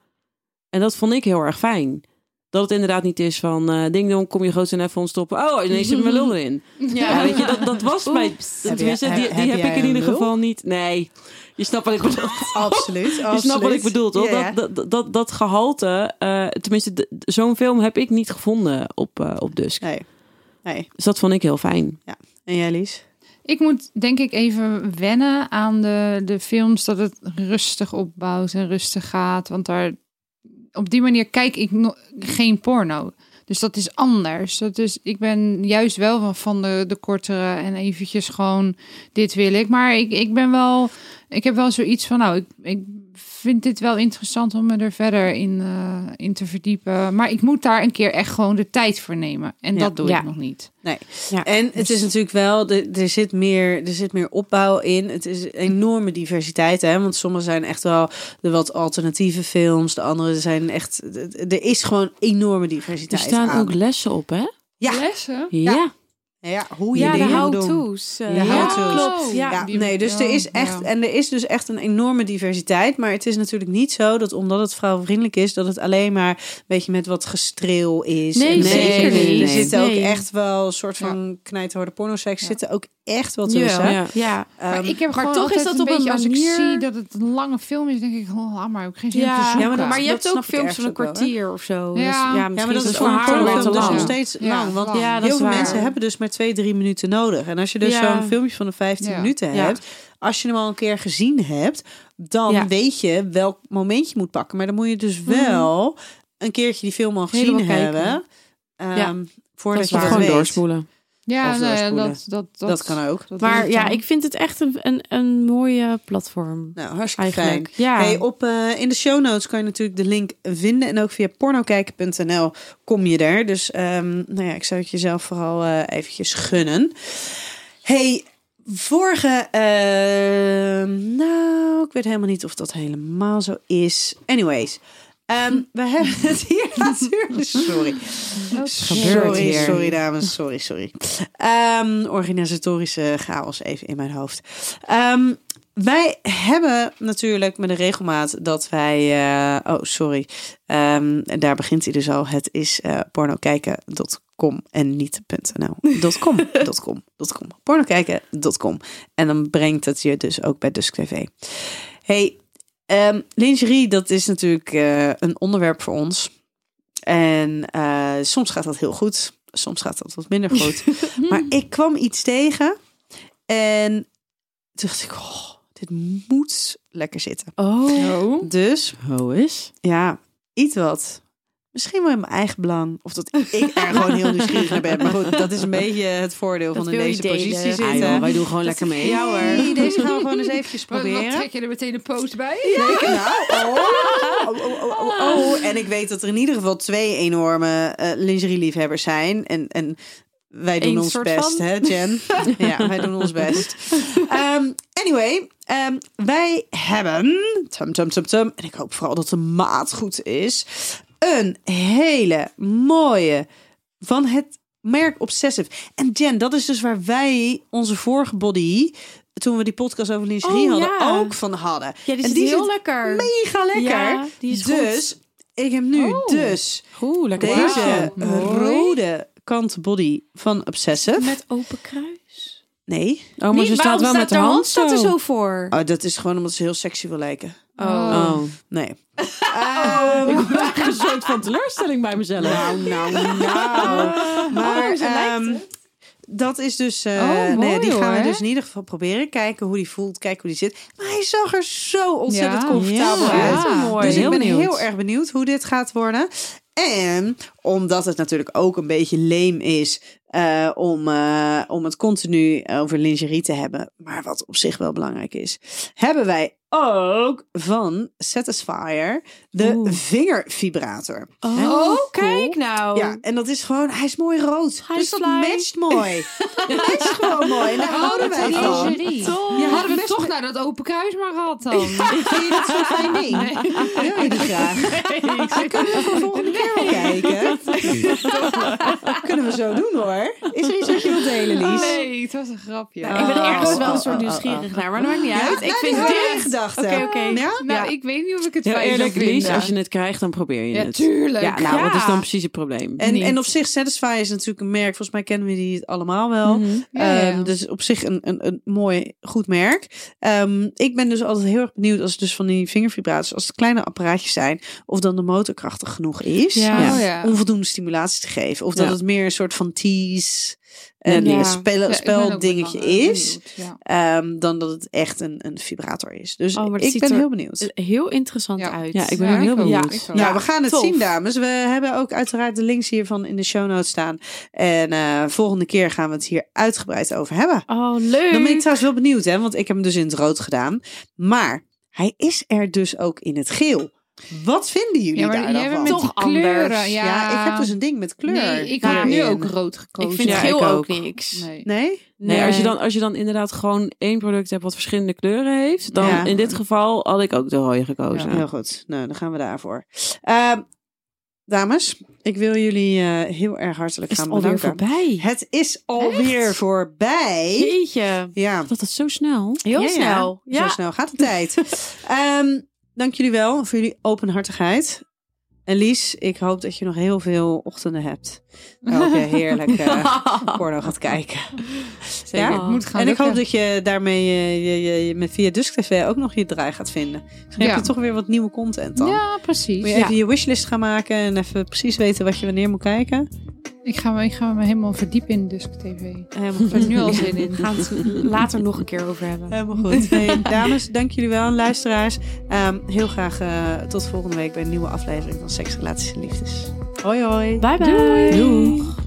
[SPEAKER 5] En dat vond ik heel erg fijn. Dat het inderdaad niet is van eh ding dong, kom je groot en even ontstoppen. Oh, ineens zit mijn lul erin. Ja, weet je, dat, dat was mijn...
[SPEAKER 4] Heb
[SPEAKER 5] tenminste,
[SPEAKER 4] jij-
[SPEAKER 5] die,
[SPEAKER 4] heb-
[SPEAKER 5] die
[SPEAKER 4] heb
[SPEAKER 5] heb
[SPEAKER 4] jij
[SPEAKER 5] ik in
[SPEAKER 4] een
[SPEAKER 5] ieder
[SPEAKER 4] lul?
[SPEAKER 5] geval niet. Nee, je snapt wat ik bedoel.
[SPEAKER 4] Absoluut.
[SPEAKER 5] (laughs) Je snapt wat
[SPEAKER 4] absoluut.
[SPEAKER 5] ik bedoel, toch?
[SPEAKER 4] Ja, ja.
[SPEAKER 5] Dat, dat, dat, dat gehalte, eh, tenminste, d- d- zo'n film heb ik niet gevonden op, eh, op Dusk.
[SPEAKER 4] Nee. nee.
[SPEAKER 5] Dus dat vond ik heel fijn.
[SPEAKER 4] En jij Lies?
[SPEAKER 3] Ik moet denk ik even wennen aan de, de films dat het rustig opbouwt en rustig gaat. Want daar, op die manier kijk ik no- geen porno. Dus dat is anders. Dat is, ik ben juist wel van, van de, de kortere en eventjes gewoon dit wil ik. Maar ik, ik ben wel, ik heb wel zoiets van nou, ik, ik vind dit wel interessant om me er verder in, eh, in te verdiepen. Maar ik moet daar een keer echt gewoon de tijd voor nemen. En
[SPEAKER 4] Ja.
[SPEAKER 3] dat doe
[SPEAKER 2] Ja.
[SPEAKER 3] ik nog niet.
[SPEAKER 4] En het is natuurlijk wel, de- er zit meer, er zit meer opbouw in. Het is een enorme diversiteit, hè? Want sommige zijn echt wel de wat alternatieve films, de andere zijn echt. d- d- Er is gewoon enorme
[SPEAKER 5] Er
[SPEAKER 4] diversiteit.
[SPEAKER 5] staan
[SPEAKER 4] aan.
[SPEAKER 5] ook lessen op, hè?
[SPEAKER 4] Ja.
[SPEAKER 3] Lessen?
[SPEAKER 5] Ja.
[SPEAKER 4] ja, hoe je
[SPEAKER 2] Ja, de
[SPEAKER 4] dingen moet doen.
[SPEAKER 2] how-to's. eh,
[SPEAKER 4] Ja,
[SPEAKER 2] ja,
[SPEAKER 4] how-to's.
[SPEAKER 2] klopt. Ja.
[SPEAKER 4] Ja, nee, dus er is echt, en er is dus echt een enorme diversiteit. Maar het is natuurlijk niet zo dat omdat het vrouwvriendelijk is, dat het alleen maar een beetje met wat gestreel is.
[SPEAKER 2] Nee,
[SPEAKER 4] En
[SPEAKER 5] zeker
[SPEAKER 4] er
[SPEAKER 5] niet.
[SPEAKER 4] zitten
[SPEAKER 2] Nee.
[SPEAKER 4] ook echt wel een soort van knijterharde pornoseks.
[SPEAKER 3] Ja.
[SPEAKER 4] Zitten ook echt wel
[SPEAKER 5] Ja,
[SPEAKER 4] tussen.
[SPEAKER 5] ja.
[SPEAKER 2] Ja.
[SPEAKER 4] Ehm,
[SPEAKER 3] maar ik heb
[SPEAKER 2] maar
[SPEAKER 3] gewoon
[SPEAKER 2] toch is
[SPEAKER 3] altijd
[SPEAKER 2] dat
[SPEAKER 3] een
[SPEAKER 2] op een
[SPEAKER 3] beetje, als ik
[SPEAKER 2] manier-
[SPEAKER 3] zie dat het een lange film is, denk ik, oh, laat maar, ik heb geen zin
[SPEAKER 2] Ja,
[SPEAKER 3] om te zoeken.
[SPEAKER 4] maar dat-
[SPEAKER 2] maar je
[SPEAKER 4] dat
[SPEAKER 2] hebt
[SPEAKER 4] snap
[SPEAKER 2] ook
[SPEAKER 4] ik
[SPEAKER 2] films
[SPEAKER 4] ergens
[SPEAKER 2] van een
[SPEAKER 4] ook wel, hè?
[SPEAKER 2] kwartier of zo.
[SPEAKER 3] Ja.
[SPEAKER 2] Dus,
[SPEAKER 3] Ja, maar
[SPEAKER 4] ja,
[SPEAKER 2] misschien
[SPEAKER 4] maar dat is voor
[SPEAKER 2] voor
[SPEAKER 4] een
[SPEAKER 2] haar wel
[SPEAKER 4] pornofilm
[SPEAKER 2] te
[SPEAKER 4] dus nog
[SPEAKER 2] lang.
[SPEAKER 4] steeds
[SPEAKER 3] Ja,
[SPEAKER 4] lang. Want
[SPEAKER 3] lang.
[SPEAKER 2] Ja, dat
[SPEAKER 4] heel
[SPEAKER 2] is
[SPEAKER 4] veel
[SPEAKER 2] waar.
[SPEAKER 4] mensen hebben dus maar twee, drie minuten nodig. En als je dus
[SPEAKER 2] Ja.
[SPEAKER 4] zo'n filmpje van de 15
[SPEAKER 3] Ja.
[SPEAKER 4] minuten
[SPEAKER 2] Ja.
[SPEAKER 4] hebt, als je hem al een keer gezien hebt, dan
[SPEAKER 2] Ja. Mhm.
[SPEAKER 4] weet je welk moment je moet pakken. Maar dan moet je dus wel een keertje die film al gezien
[SPEAKER 2] Helemaal kijken.
[SPEAKER 4] hebben. ehm,
[SPEAKER 2] Ja.
[SPEAKER 4] Voordat
[SPEAKER 2] is
[SPEAKER 4] je
[SPEAKER 2] waar.
[SPEAKER 4] dat
[SPEAKER 5] Gewoon
[SPEAKER 4] weet.
[SPEAKER 5] doorspoelen.
[SPEAKER 3] Ja,
[SPEAKER 4] Of
[SPEAKER 3] nou ja,
[SPEAKER 4] doorspoelen.
[SPEAKER 3] dat, dat, dat,
[SPEAKER 4] Dat, kan ook.
[SPEAKER 3] dat doe
[SPEAKER 2] Maar ja,
[SPEAKER 3] dan.
[SPEAKER 2] ik vind het echt een, een, een mooie platform.
[SPEAKER 4] Nou, hartstikke fijn.
[SPEAKER 2] Eigenlijk. Ja.
[SPEAKER 4] Hey, op, eh, in de show notes kan je natuurlijk de link vinden. En ook via pornokijken.nl kom je daar. Dus ehm, nou ja, ik zou het jezelf vooral eh, eventjes gunnen. Hey, vorige... ehm, nou, ik weet helemaal niet of dat helemaal zo is. Anyways. ehm, we (laughs) hebben het hier natuurlijk... Sorry.
[SPEAKER 5] gebeurt
[SPEAKER 4] sorry,
[SPEAKER 5] hier?
[SPEAKER 4] sorry dames. Sorry, sorry. Ehm, organisatorische chaos even in mijn hoofd. Ehm, wij hebben natuurlijk met de regelmaat dat wij. eh, oh, sorry. Ehm, daar begint hij dus al. Het is eh pornokijken.com en niet .nl. Dot .com, dot .com, dot .com. Pornokijken.com. En dan brengt het je dus ook bij Dusk TV. Hey, ehm, lingerie, dat is natuurlijk eh, een onderwerp voor ons. En eh, soms gaat dat heel goed, soms gaat dat wat minder
[SPEAKER 5] (laughs)
[SPEAKER 4] goed. maar ik kwam iets tegen en toen dacht ik, oh, dit moet lekker zitten.
[SPEAKER 5] Oh.
[SPEAKER 4] Dus
[SPEAKER 5] Ho is.
[SPEAKER 4] ja, iets wat. Misschien wel in mijn eigen belang. Of dat ik er gewoon heel nieuwsgierig naar ben. Maar goed, dat is een beetje het voordeel
[SPEAKER 2] Dat
[SPEAKER 4] van in
[SPEAKER 2] wil je
[SPEAKER 4] deze
[SPEAKER 2] delen.
[SPEAKER 4] positie
[SPEAKER 2] Ah,
[SPEAKER 5] Ah, joh,
[SPEAKER 4] zitten.
[SPEAKER 5] wij doen gewoon lekker mee.
[SPEAKER 4] Ja
[SPEAKER 3] (laughs)
[SPEAKER 4] hoor. Deze gaan we gewoon eens eventjes
[SPEAKER 3] Wat- wat
[SPEAKER 4] proberen.
[SPEAKER 3] trek je er meteen een post bij?
[SPEAKER 4] Denk ik nou? Oh, En ik weet dat er in ieder geval twee enorme eh lingerie-liefhebbers zijn. En, en wij doen
[SPEAKER 2] Eén
[SPEAKER 4] ons
[SPEAKER 2] soort
[SPEAKER 4] best,
[SPEAKER 2] van.
[SPEAKER 4] hè, Jen? ja, wij doen ons best. Ehm, anyway, ehm, wij hebben, tum, tum, tum, tum, en ik hoop vooral dat de maat goed is, een hele mooie van het merk Obsessive. En Jen, dat is dus waar wij onze vorige body, toen we die podcast over lingerie
[SPEAKER 2] Oh,
[SPEAKER 4] hadden,
[SPEAKER 2] ja.
[SPEAKER 4] ook van hadden.
[SPEAKER 2] Ja, die
[SPEAKER 4] En
[SPEAKER 2] is
[SPEAKER 4] die
[SPEAKER 2] heel
[SPEAKER 4] zit
[SPEAKER 2] lekker.
[SPEAKER 4] Mega lekker.
[SPEAKER 2] Ja, die is
[SPEAKER 4] dus ik heb nu
[SPEAKER 3] Oh.
[SPEAKER 4] dus
[SPEAKER 5] Oeh, lekker.
[SPEAKER 4] deze
[SPEAKER 3] Mooi.
[SPEAKER 4] rode kant body van Obsessive.
[SPEAKER 2] Met open kruis.
[SPEAKER 4] Nee,
[SPEAKER 5] Oh, maar ze staat wel met de hand
[SPEAKER 2] (laughs)
[SPEAKER 5] zo.
[SPEAKER 2] staat er zo voor?
[SPEAKER 4] oh, dat is gewoon omdat ze heel sexy wil lijken.
[SPEAKER 5] Oh.
[SPEAKER 4] Nee. Ehm,
[SPEAKER 5] Ik ben (laughs) een soort van teleurstelling bij mezelf.
[SPEAKER 4] nou, nou. Maar ehm, dat is dus. eh,
[SPEAKER 3] Oh,
[SPEAKER 4] nee,
[SPEAKER 3] mooi
[SPEAKER 4] die gaan we
[SPEAKER 3] hoor.
[SPEAKER 4] dus in ieder geval proberen. Kijken hoe die voelt, kijken hoe die zit. Maar hij zag er zo ontzettend
[SPEAKER 3] Ja.
[SPEAKER 4] comfortabel
[SPEAKER 3] Ja.
[SPEAKER 4] uit.
[SPEAKER 5] mooi.
[SPEAKER 4] Dus ik ben
[SPEAKER 5] benieuwd.
[SPEAKER 4] heel erg benieuwd hoe dit gaat worden. En omdat het natuurlijk ook een beetje leem is eh, om, eh, om het continu over lingerie te hebben, maar wat op zich wel belangrijk is, hebben wij ook van Satisfyer de vingervibrator.
[SPEAKER 2] Oh, kijk nou.
[SPEAKER 4] Ja, en dat is gewoon, hij is mooi rood.
[SPEAKER 2] Hij
[SPEAKER 4] dus dat
[SPEAKER 2] fly.
[SPEAKER 4] matcht
[SPEAKER 2] (laughs)
[SPEAKER 4] mooi. dat matcht gewoon mooi. En daar
[SPEAKER 2] Oh,
[SPEAKER 3] Oh,
[SPEAKER 4] houden wij van.
[SPEAKER 3] lingerie.
[SPEAKER 4] Ja,
[SPEAKER 3] Hadden we
[SPEAKER 4] best
[SPEAKER 3] toch
[SPEAKER 4] met-
[SPEAKER 3] naar dat open kruis maar gehad dan.
[SPEAKER 4] Vind je dat zo'n fijn
[SPEAKER 3] (laughs)
[SPEAKER 4] ding? Wil je die graag? Dan kunnen we voor volgende keer wel kijken. kunnen we zo doen hoor. Is er iets wat je wilt delen, Lies?
[SPEAKER 3] Nee, het was een grapje.
[SPEAKER 2] Ik ben
[SPEAKER 4] Oh,
[SPEAKER 2] ergens wel
[SPEAKER 4] oh,
[SPEAKER 2] een soort
[SPEAKER 4] oh, oh,
[SPEAKER 2] nieuwsgierig naar, maar dat maakt niet uit. Ik vind
[SPEAKER 4] dit...
[SPEAKER 2] dit...
[SPEAKER 4] gedachten.
[SPEAKER 2] Oké, oké.
[SPEAKER 4] Ja?
[SPEAKER 3] Nou, ik weet niet of ik het
[SPEAKER 5] Heel
[SPEAKER 3] fijn
[SPEAKER 5] eerlijk,
[SPEAKER 3] zou vinden.
[SPEAKER 5] Lies, als je het krijgt, dan probeer je
[SPEAKER 3] Ja,
[SPEAKER 5] het.
[SPEAKER 3] tuurlijk.
[SPEAKER 5] Ja, nou,
[SPEAKER 3] Ja.
[SPEAKER 5] wat is dan precies het probleem?
[SPEAKER 4] En,
[SPEAKER 3] Niet.
[SPEAKER 4] en op zich, Satisfy is natuurlijk een merk. Volgens mij kennen we die het allemaal wel.
[SPEAKER 3] Mhm. Ja, ja, ja.
[SPEAKER 4] Ehm, dus op zich een, een, een mooi, goed merk. Ehm, ik ben dus altijd heel erg benieuwd als het dus van die vingervibraties, als het kleine apparaatjes zijn, of dan de motor krachtig genoeg is
[SPEAKER 5] Ja.
[SPEAKER 3] Oh, ja.
[SPEAKER 4] om voldoende stimulatie te geven. Of dat
[SPEAKER 5] Ja.
[SPEAKER 4] het meer een soort van tease en
[SPEAKER 2] Ja.
[SPEAKER 4] een spel,
[SPEAKER 3] Ja, ik ben ook
[SPEAKER 4] speldingetje
[SPEAKER 3] wel, eh,
[SPEAKER 4] is,
[SPEAKER 3] benieuwd, ja.
[SPEAKER 4] ehm, dan dat het echt een, een vibrator is. Dus
[SPEAKER 2] Oh, maar dat
[SPEAKER 4] ik
[SPEAKER 2] ziet
[SPEAKER 4] ben
[SPEAKER 2] er-
[SPEAKER 4] heel benieuwd.
[SPEAKER 2] Heel interessant
[SPEAKER 3] Ja.
[SPEAKER 2] uit.
[SPEAKER 5] Ja, ik ben
[SPEAKER 3] Ja,
[SPEAKER 5] ook heel
[SPEAKER 3] ook.
[SPEAKER 5] benieuwd.
[SPEAKER 3] Ik ook.
[SPEAKER 4] Nou, we gaan het
[SPEAKER 2] tof.
[SPEAKER 4] zien, dames. We hebben ook uiteraard de links hiervan in de show notes staan. En eh, volgende keer gaan we het hier uitgebreid over hebben.
[SPEAKER 2] Oh, leuk.
[SPEAKER 4] Dan ben ik trouwens wel benieuwd, hè, want ik heb hem dus in het rood gedaan. Maar hij is er dus ook in het geel. Wat vinden jullie
[SPEAKER 3] Ja, maar
[SPEAKER 4] daar
[SPEAKER 3] jij
[SPEAKER 4] dan
[SPEAKER 3] bent
[SPEAKER 4] van?
[SPEAKER 3] met die
[SPEAKER 2] Toch anders.
[SPEAKER 3] kleuren. Ja.
[SPEAKER 4] ik heb dus een ding met kleur.
[SPEAKER 3] Nee, ik heb nu
[SPEAKER 4] daarin.
[SPEAKER 3] ook rood gekozen.
[SPEAKER 2] Ik vind
[SPEAKER 5] Ja,
[SPEAKER 2] geel
[SPEAKER 5] ik
[SPEAKER 2] ook
[SPEAKER 5] ook.
[SPEAKER 2] niks.
[SPEAKER 3] Nee.
[SPEAKER 4] Nee?
[SPEAKER 5] Nee,
[SPEAKER 2] eh,
[SPEAKER 5] als je, dan, als je dan inderdaad gewoon één product hebt wat verschillende kleuren heeft, dan
[SPEAKER 4] Ja.
[SPEAKER 5] in dit geval had ik ook de rode gekozen.
[SPEAKER 4] Heel goed. Nou, dan gaan we daarvoor. Ehm, dames, ik wil jullie eh, heel erg hartelijk
[SPEAKER 2] Is
[SPEAKER 4] gaan
[SPEAKER 2] het alweer
[SPEAKER 4] bedanken.
[SPEAKER 2] voorbij?
[SPEAKER 4] Het is alweer voorbij.
[SPEAKER 2] Jeetje.
[SPEAKER 4] Ja.
[SPEAKER 5] Dat is zo snel.
[SPEAKER 2] Heel
[SPEAKER 4] Ja, ja.
[SPEAKER 2] snel. Ja.
[SPEAKER 4] Zo snel gaat de
[SPEAKER 2] (laughs)
[SPEAKER 4] tijd. Ehm, dank jullie wel voor jullie openhartigheid. En Lies, ik hoop dat je nog heel veel ochtenden
[SPEAKER 2] (laughs)
[SPEAKER 4] hebt. Elke heerlijk eh, porno gaat kijken. Ja?
[SPEAKER 3] Het moet gaan
[SPEAKER 4] En ik hoop
[SPEAKER 3] lukken.
[SPEAKER 4] dat je daarmee eh, je, je, je met via Dusk TV ook nog je draai gaat vinden. Misschien
[SPEAKER 3] Ja.
[SPEAKER 4] heb je toch weer wat nieuwe content dan.
[SPEAKER 3] Ja, precies.
[SPEAKER 4] Moet je even je wishlist gaan maken en even precies weten wat je wanneer moet kijken?
[SPEAKER 3] Ik ga, me, ik ga me helemaal verdiepen in Dusk TV. Ik
[SPEAKER 4] Helemaal
[SPEAKER 3] heb er
[SPEAKER 4] goed.
[SPEAKER 3] nu al zin in.
[SPEAKER 2] We gaan het later nog een keer over hebben.
[SPEAKER 4] Helemaal goed. (laughs) Hey, dames, dank jullie wel. En luisteraars, ehm, heel graag eh, tot volgende week bij een nieuwe aflevering van Seks, Relaties en Liefdes. Hoi hoi.
[SPEAKER 2] Bye bye. Doei.
[SPEAKER 5] Doeg.